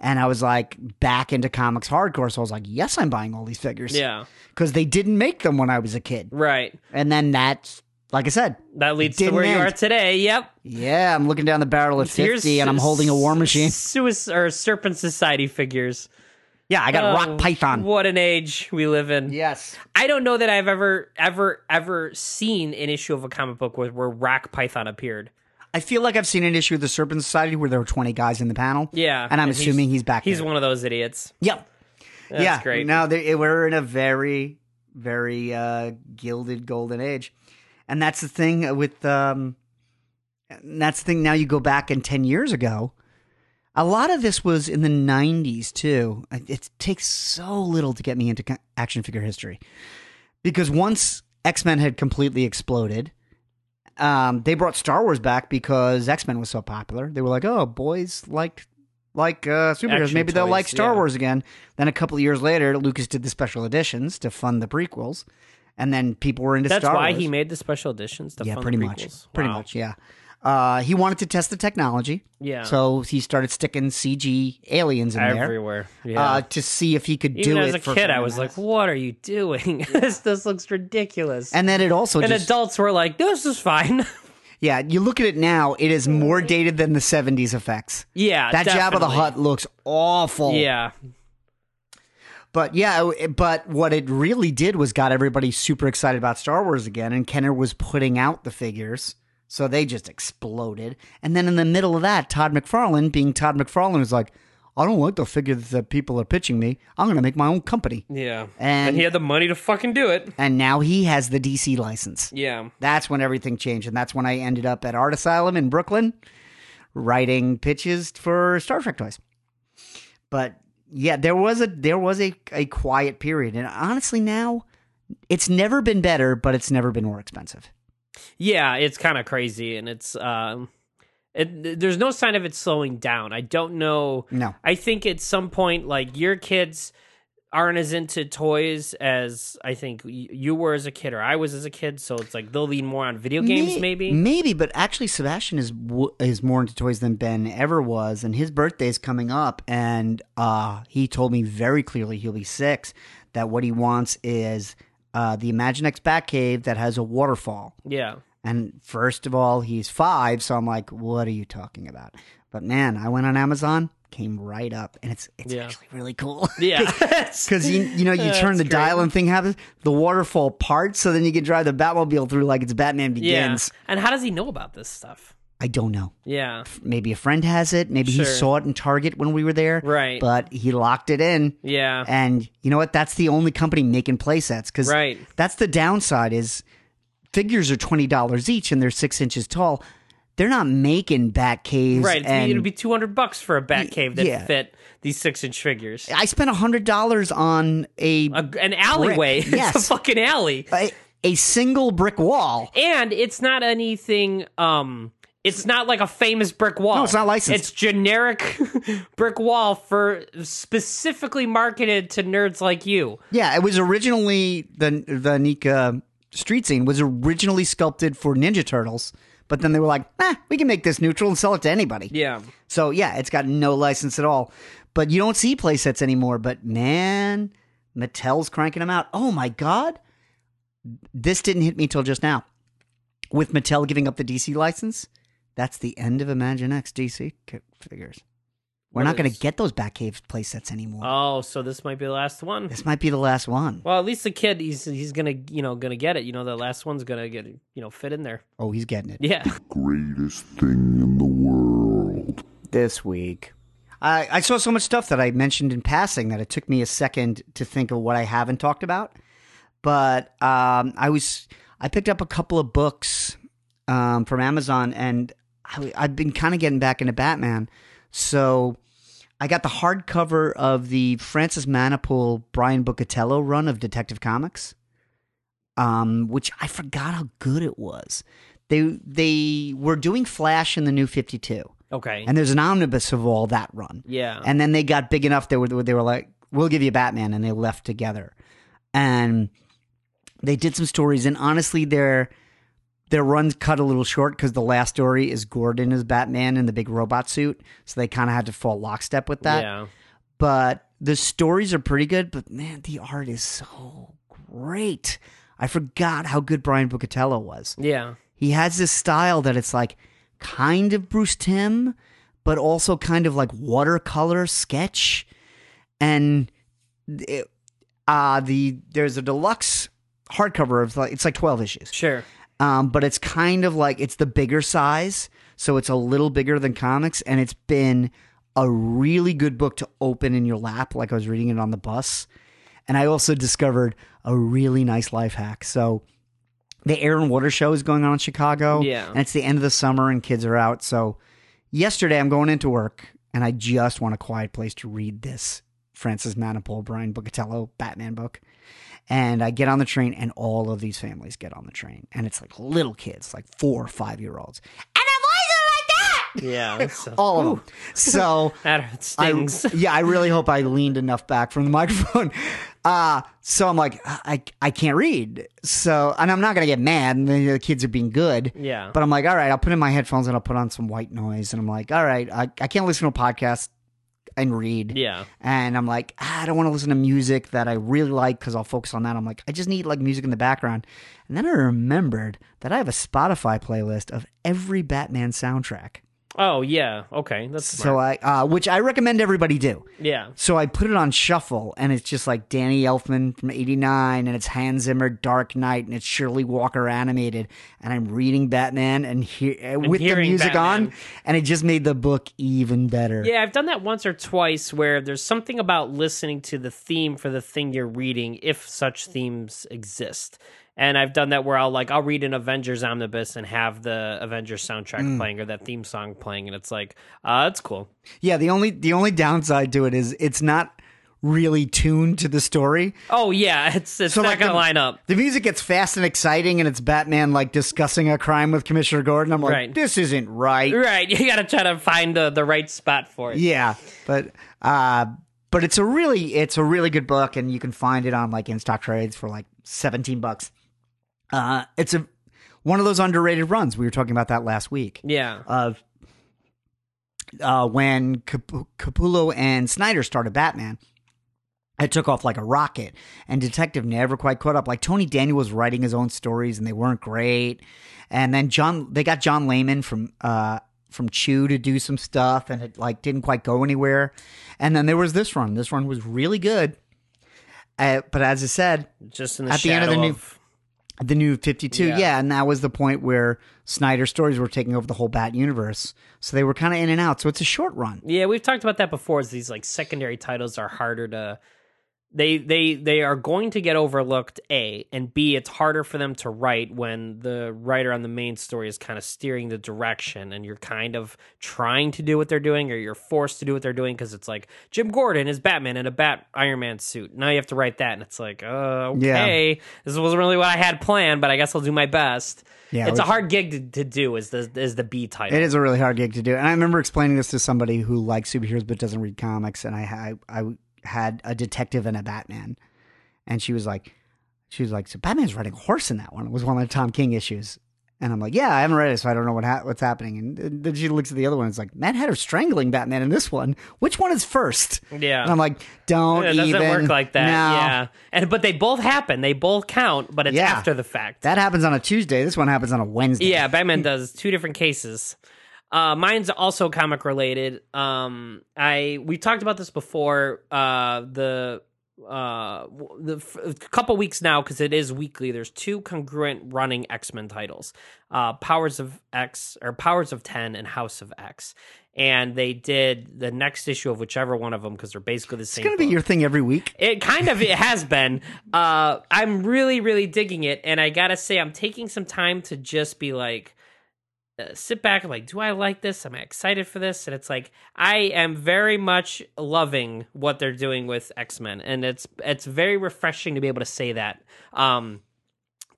And I was like back into comics hardcore, so I was like, "Yes, I'm buying all these figures." Yeah. because they didn't make them when I was a kid. right. And then that's like I said, That leads to Didn't where you end. are today. Yep. Yeah, I'm looking down the barrel at So here's 50 and I'm holding a war s- machine. Suis- or Serpent Society figures. Yeah, I got Oh, Rock Python. What an age we live in. Yes. I don't know that I've ever, ever, ever seen an issue of a comic book where, where Rock Python appeared. I feel like I've seen an issue of the Serpent Society where there were 20 guys in the panel. Yeah, And I'm assuming he's, back He's there. one of those idiots. Yep. That's yeah. great. No, they- eh, we're in a very, very uh, gilded golden age. And that's the thing with, um, and that's the thing now you go back and 10 years ago. A lot of this was in the 90s too. It takes so little to get me into co- action figure history. because once X Men had completely exploded, um, they brought Star Wars back because X Men was so popular. They were like, "Oh, boys like like uh, superheroes. Action Maybe they'll toys, like Star yeah. Wars again." Then a couple of years later, Lucas did the special editions to fund the prequels, and then people were into That's Star why Wars. he made the special editions. To yeah, fund the pretty much, prequels. pretty Wow. much, yeah. Uh, he wanted to test the technology, Yeah. So he started sticking CG aliens in there everywhere. Yeah. uh, to see if he could Even do as it. a for kid, I Phantom was like, Menace. "What are you doing? this this looks ridiculous." And, and then it also just, adults were like, "This is fine." Yeah, you look at it now, it is more dated than the 70s effects. yeah, That Jabba the definitely. Hutt looks awful. Yeah, But yeah, it- but what it really did was got everybody super excited about Star Wars again, and Kenner was putting out the figures. So they just exploded. And then in the middle of that, Todd McFarlane, being Todd McFarlane, was like, I don't like the figure that people are pitching me. I'm going to make my own company. yeah. And- he had the money to fucking do it. And now he has the DC license. Yeah. That's when everything changed, and that's when I ended up at Art Asylum in Brooklyn, writing pitches for Star Trek toys. But yeah, there was a there was a, a quiet period, and honestly, now it's never been better, but it's never been more expensive. Yeah, it's kind of crazy, and it's um, it, there's no sign of it slowing down. I don't know. No. I think at some point, like your kids aren't as into toys as I think y- you were as a kid or I was as a kid. So it's like they'll lean more on video games, May- maybe. maybe, but actually, Sebastian is w- is more into toys than Ben ever was, and his birthday is coming up, and uh, he told me very clearly he'll be six that what he wants is uh, the Imaginex Batcave that has a waterfall. Yeah, And first of all, he's five, so I'm like, what are you talking about? But man, I went on Amazon, came right up, and it's it's Yeah. actually really cool. yeah. Because you you know you turn the dial and thing happens, the waterfall parts, so then you can drive the Batmobile through like it's Batman yeah. Begins. And how does he know about this stuff? I don't know. Yeah, Maybe a friend has it. Maybe Sure. he saw it in Target when we were there. Right. But he locked it in. yeah. And you know what? That's the only company making playsets because Right. that's the downside is figures are twenty dollars each and they're six inches tall. They're not making bat caves. Right, it's- and it'd be two hundred bucks for a bat cave that yeah. fit these six-inch figures. I spent hundred dollars on a, A, an alleyway. it's a yes. fucking alley. a a single brick wall. and it's not anything um it's not like a famous brick wall. No, it's not licensed. It's generic brick wall for specifically marketed to nerds like you. Yeah, it was originally the the Nika street scene was originally sculpted for Ninja Turtles, but then they were like, eh, we can make this neutral and sell it to anybody. Yeah. So yeah, it's got no license at all. But you don't see playsets anymore. But man, Mattel's cranking them out. Oh my god, this didn't hit me till just now. With Mattel giving up the DC license, that's the end of ImagineX DC c- figures. We're What not going is- to get those Batcave playsets anymore. Oh, so this might be the last one. this might be the last one. Well, at least the kid he's he's gonna you know gonna get it. You know, the last one's gonna get you know fit in there. Oh, he's getting it. Yeah. greatest thing in the world. this week. I, I saw so much stuff that I mentioned in passing that it took me a second to think of what I haven't talked about. But um, I was I picked up a couple of books um, from Amazon, and I, I've been kind of getting back into Batman. So I got the hardcover of the Francis Manipool Brian Bucatello run of Detective Comics, um, which I forgot how good it was. They they were doing Flash in the New Fifty Two. Okay. And there's an omnibus of all that run. yeah. And then they got big enough they were they were like, "We'll give you Batman," and they left together. And they did some stories, and honestly, their their runs cut a little short because the last story is Gordon as Batman in the big robot suit, so they kind of had to fall lockstep with that. yeah. But the stories are pretty good. But man, the art is so great. I forgot how good Brian Bucatello was Yeah. he has this style that it's like kind of Bruce Tim, but also kind of like watercolor sketch. And it, uh, the there's a deluxe hardcover of like it's like twelve issues, Sure. um, but it's kind of like it's the bigger size, so it's a little bigger than comics, and it's been a really good book to open in your lap, like I was reading it on the bus. And I also discovered a really nice life hack. So the air and water show is going on in Chicago. Yeah. And it's the end of the summer and kids are out. So yesterday I'm going into work and I just want a quiet place to read this Francis Manipal, Brian Bucatello Batman book. And I get on the train and all of these families get on the train. And it's like little kids, like four or five year olds. And their voices are like that. Yeah. So, All of them. So that I- stings. yeah, I really hope I leaned enough back from the microphone. Uh, so I'm like, I, I can't read. So, and I'm not going to get mad. And the the kids are being good. yeah. But I'm like, all right, I'll put in my headphones and I'll put on some white noise. And I'm like, all right, I, I can't listen to a podcast and read. yeah. And I'm like, ah, I don't want to listen to music that I really like because I'll focus on that. I'm like, I just need like music in the background. And then I remembered that I have a Spotify playlist of every Batman soundtrack. Oh yeah. Okay. That's smart. So I, uh, which I recommend everybody do. yeah. So I put it on shuffle, and it's just like Danny Elfman from '89, and it's Hans Zimmer, Dark Knight, and it's Shirley Walker animated, and I'm reading Batman and he- uh, with the hearing music on, Batman. and it just made the book even better. Yeah, I've done that once or twice where there's something about listening to the theme for the thing you're reading if such themes exist. And I've done that where I'll like I'll read an Avengers omnibus and have the Avengers soundtrack Mm. playing or that theme song playing and it's like, uh that's cool. Yeah, The only the only downside to it is it's not really tuned to the story. Oh yeah, it's it's So, not like, gonna the- line up. The music gets fast and exciting, and it's Batman like discussing a crime with Commissioner Gordon. I'm like, Right. this isn't right. Right. You gotta try to find the, the right spot for it. yeah but uh but it's a really it's a really good book and you can find it on like in stock trades for like 17 bucks uh it's a one of those underrated runs we were talking about that last week Yeah. of uh when Cap- capullo and snyder started batman it took off like a rocket and detective never quite caught up like tony daniel was writing his own stories and they weren't great and then john they got john Layman from uh from chew to do some stuff and it like didn't quite go anywhere and then there was this run this run was really good uh, but as i said Just in the at the end of the shadow new- the new 52 Yeah. yeah. and that was the point where snyder stories were taking over the whole bat universe so they were kind of in and out so it's a short run Yeah, we've talked about that before. Is these like secondary titles are harder to they they they are going to get overlooked. A and B, it's harder for them to write when the writer on the main story is kind of steering the direction, and you're kind of trying to do what they're doing, or you're forced to do what they're doing because it's like Jim Gordon is Batman in a Bat Iron Man suit. Now you have to write that, and it's like, uh, Yeah. okay, this wasn't really what I had planned, but I guess I'll do my best. Yeah, it's a which- hard gig to, to do. Is the is the B title? It is a really hard gig to do. And I remember explaining this to somebody who likes superheroes but doesn't read comics. And I, I, I had a detective and a Batman. And she was like, she was like, so Batman's riding a horse in that one. It was one of the Tom King issues. And I'm like, yeah, I haven't read it, so I don't know what ha- what's happening. And th- then she looks at the other one. and It's like Mad Hatter's strangling Batman in this one. Which one is first? Yeah. And I'm like, don't it doesn't even. work like that. No. Yeah. And but they both happen. They both count, but it's Yeah. after the fact. That happens on a Tuesday. This one happens on a Wednesday. yeah, Batman does two different cases. Uh, mine's also comic related. Um, I we talked about this before. Uh, the uh, w- the f- a couple weeks now because it is weekly. There's two congruent running X Men titles, uh, Powers of X or Powers of Ten and House of X, and they did the next issue of whichever one of them because they're basically the same. It's gonna be book. your thing every week. It kind of it has been. Uh, I'm really, really digging it, and I gotta say, I'm taking some time to just be like, uh, sit back and like, do I like this? Am I excited for this? And it's like, I am very much loving what they're doing with X Men, and it's it's very refreshing to be able to say that. Um,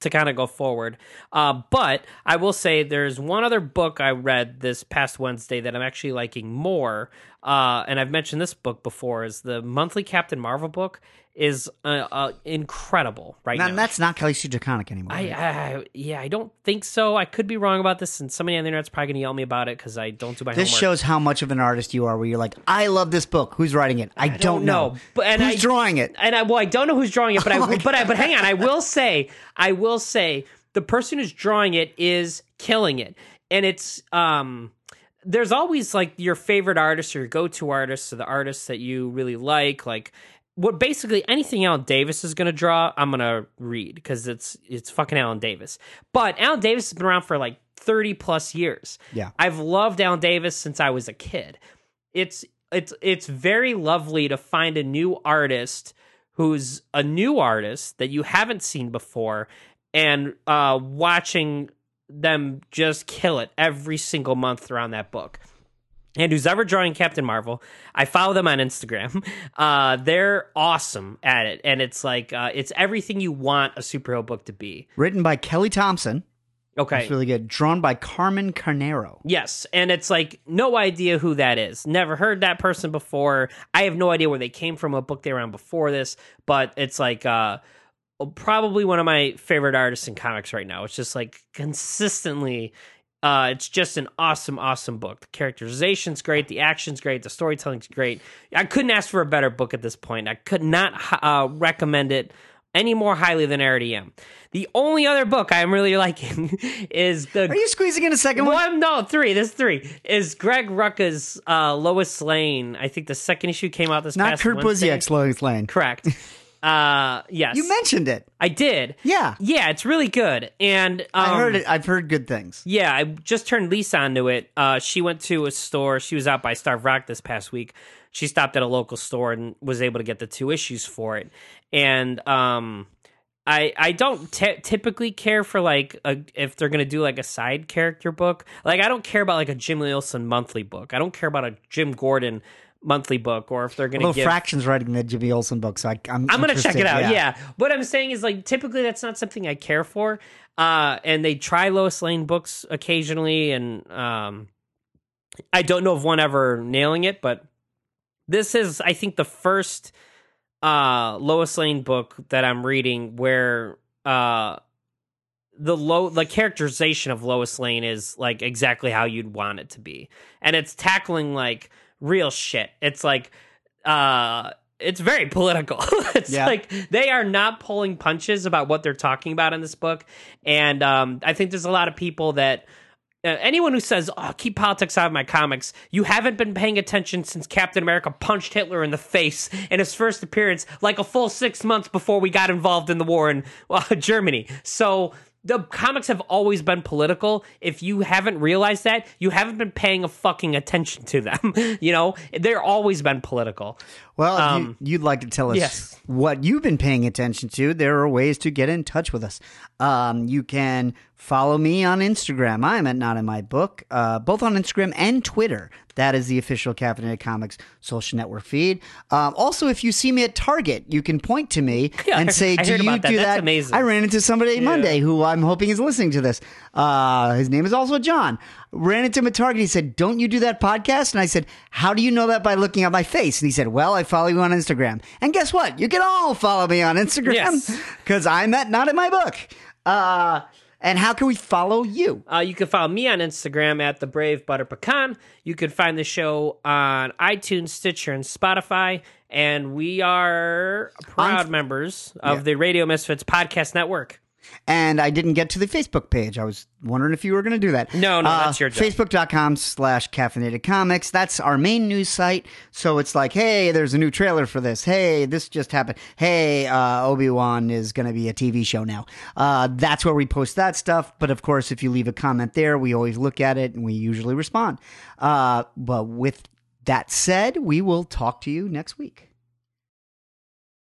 to kind of go forward. Uh, but I will say there's one other book I read this past Wednesday that I'm actually liking more. Uh, and I've mentioned this book before is the monthly Captain Marvel book is uh, uh, incredible right Now, now. that's not Kelly Sue DeConnick anymore. I, I yeah, I don't think so. I could be wrong about this, and somebody on the internet's probably gonna yell at me about it because I don't do my this homework. shows how much of an artist you are. Where you're like, I love this book. Who's writing it? I, don't, know. But- and who's I- drawing it? and I well, I don't know who's drawing it, but Oh I but I but hang on, I will say, I will say, the person who's drawing it is killing it, and it's um. There's always like your favorite artists or your go-to artists or the artists that you really like, like what basically anything Alan Davis is going to draw, I'm going to read because it's it's fucking Alan Davis. But Alan Davis has been around for like 30 plus years. Yeah. I've loved Alan Davis since I was a kid. It's it's it's very lovely to find a new artist who's a new artist that you haven't seen before and uh watching them just kill it every single month around that book and who's ever drawing Captain Marvel, I follow them on Instagram. Uh, they're awesome at it, and it's like uh, it's everything you want a superhero book to be. Written by Kelly Thompson. Okay, It's really good. Drawn by Carmen Carnero. Yes, and it's like no idea who that is. Never heard that person before. I have no idea where they came from, what book they were on before this, but it's like uh probably one of my favorite artists in comics right now. It's just like consistently uh it's just an awesome awesome book. The characterization's great, the action's great, the storytelling's great. I couldn't ask for a better book at this point. I could not uh recommend it any more highly than I already am. The only other book I'm really liking is the Are you squeezing in a second one? one, no, three. There's three. Is Greg Rucka's uh, Lois Lane? I think the second issue came out this Not past Kurt Wednesday. Busiek's Lois Lane. Correct. uh, yes, You mentioned it. I did. Yeah. yeah. It's really good, and um, I heard it. I've heard good things. yeah, I just turned Lisa onto it. Uh, she went to a store. She was out by Starved Rock this past week. She stopped at a local store and was able to get the two issues for it. And um, I I don't t- typically care for like a, if they're gonna do like a side character book. Like I don't care about like a Jim Nielsen monthly book. I don't care about a Jim Gordon monthly book or if they're gonna Although give Fraction's writing the Jimmy Olsen book, so I, I'm. I'm gonna check interested. it out. Yeah. What I'm saying is like typically that's not something I care for. Uh, and they try Lois Lane books occasionally, and um, I don't know of one ever nailing it, but this is I think the first uh Lois Lane book that I'm reading where uh the low the characterization of Lois Lane is like exactly how you'd want it to be. And it's tackling like real shit. It's like uh it's very political. it's Yeah. like they are not pulling punches about what they're talking about in this book. And um I think there's a lot of people that uh, anyone who says, "Oh, keep politics out of my comics," you haven't been paying attention since Captain America punched Hitler in the face in his first appearance, like a full six months before we got involved in the war in uh, Germany. So. The comics have always been political. If you haven't realized that, you haven't been paying a fucking attention to them. you know, they're always been political. Well, if you, you'd like to tell us Um, yes. what you've been paying attention to. There are ways to get in touch with us. Um, you can follow me on Instagram. I'm at Not in My Book, uh, both on Instagram and Twitter. That is the official Caffeinated Comics social network feed. Um, also, if you see me at Target, you can point to me and say, I "Do heard you about that. do That's that?" amazing. I ran into somebody Monday who I'm hoping is listening to this. Uh, his name is also John. Ran into him at Target. He said, Don't you do that podcast? And I said, How do you know that by looking at my face? And he said, Well, I follow you on Instagram. And guess what? You can all follow me on Instagram Yes. because I'm at Not in My Book. Uh, And how can we follow you? Uh, you can follow me on Instagram at the Brave Butter Pecan. You can find the show on iTunes, Stitcher, and Spotify. And we are proud members of the Radio Misfits Podcast Network. And I didn't get to the Facebook page. I was wondering if you were going to do that. Uh, No, no, that's your job. Facebook.com slash caffeinated comics. That's our main news site. So it's like, hey, there's a new trailer for this. Hey, this just happened. Hey, uh, Obi Wan is going to be a TV show now. Uh, that's where we post that stuff. But of course, if you leave a comment there, we always look at it and we usually respond. Uh, but with that said, we will talk to you next week.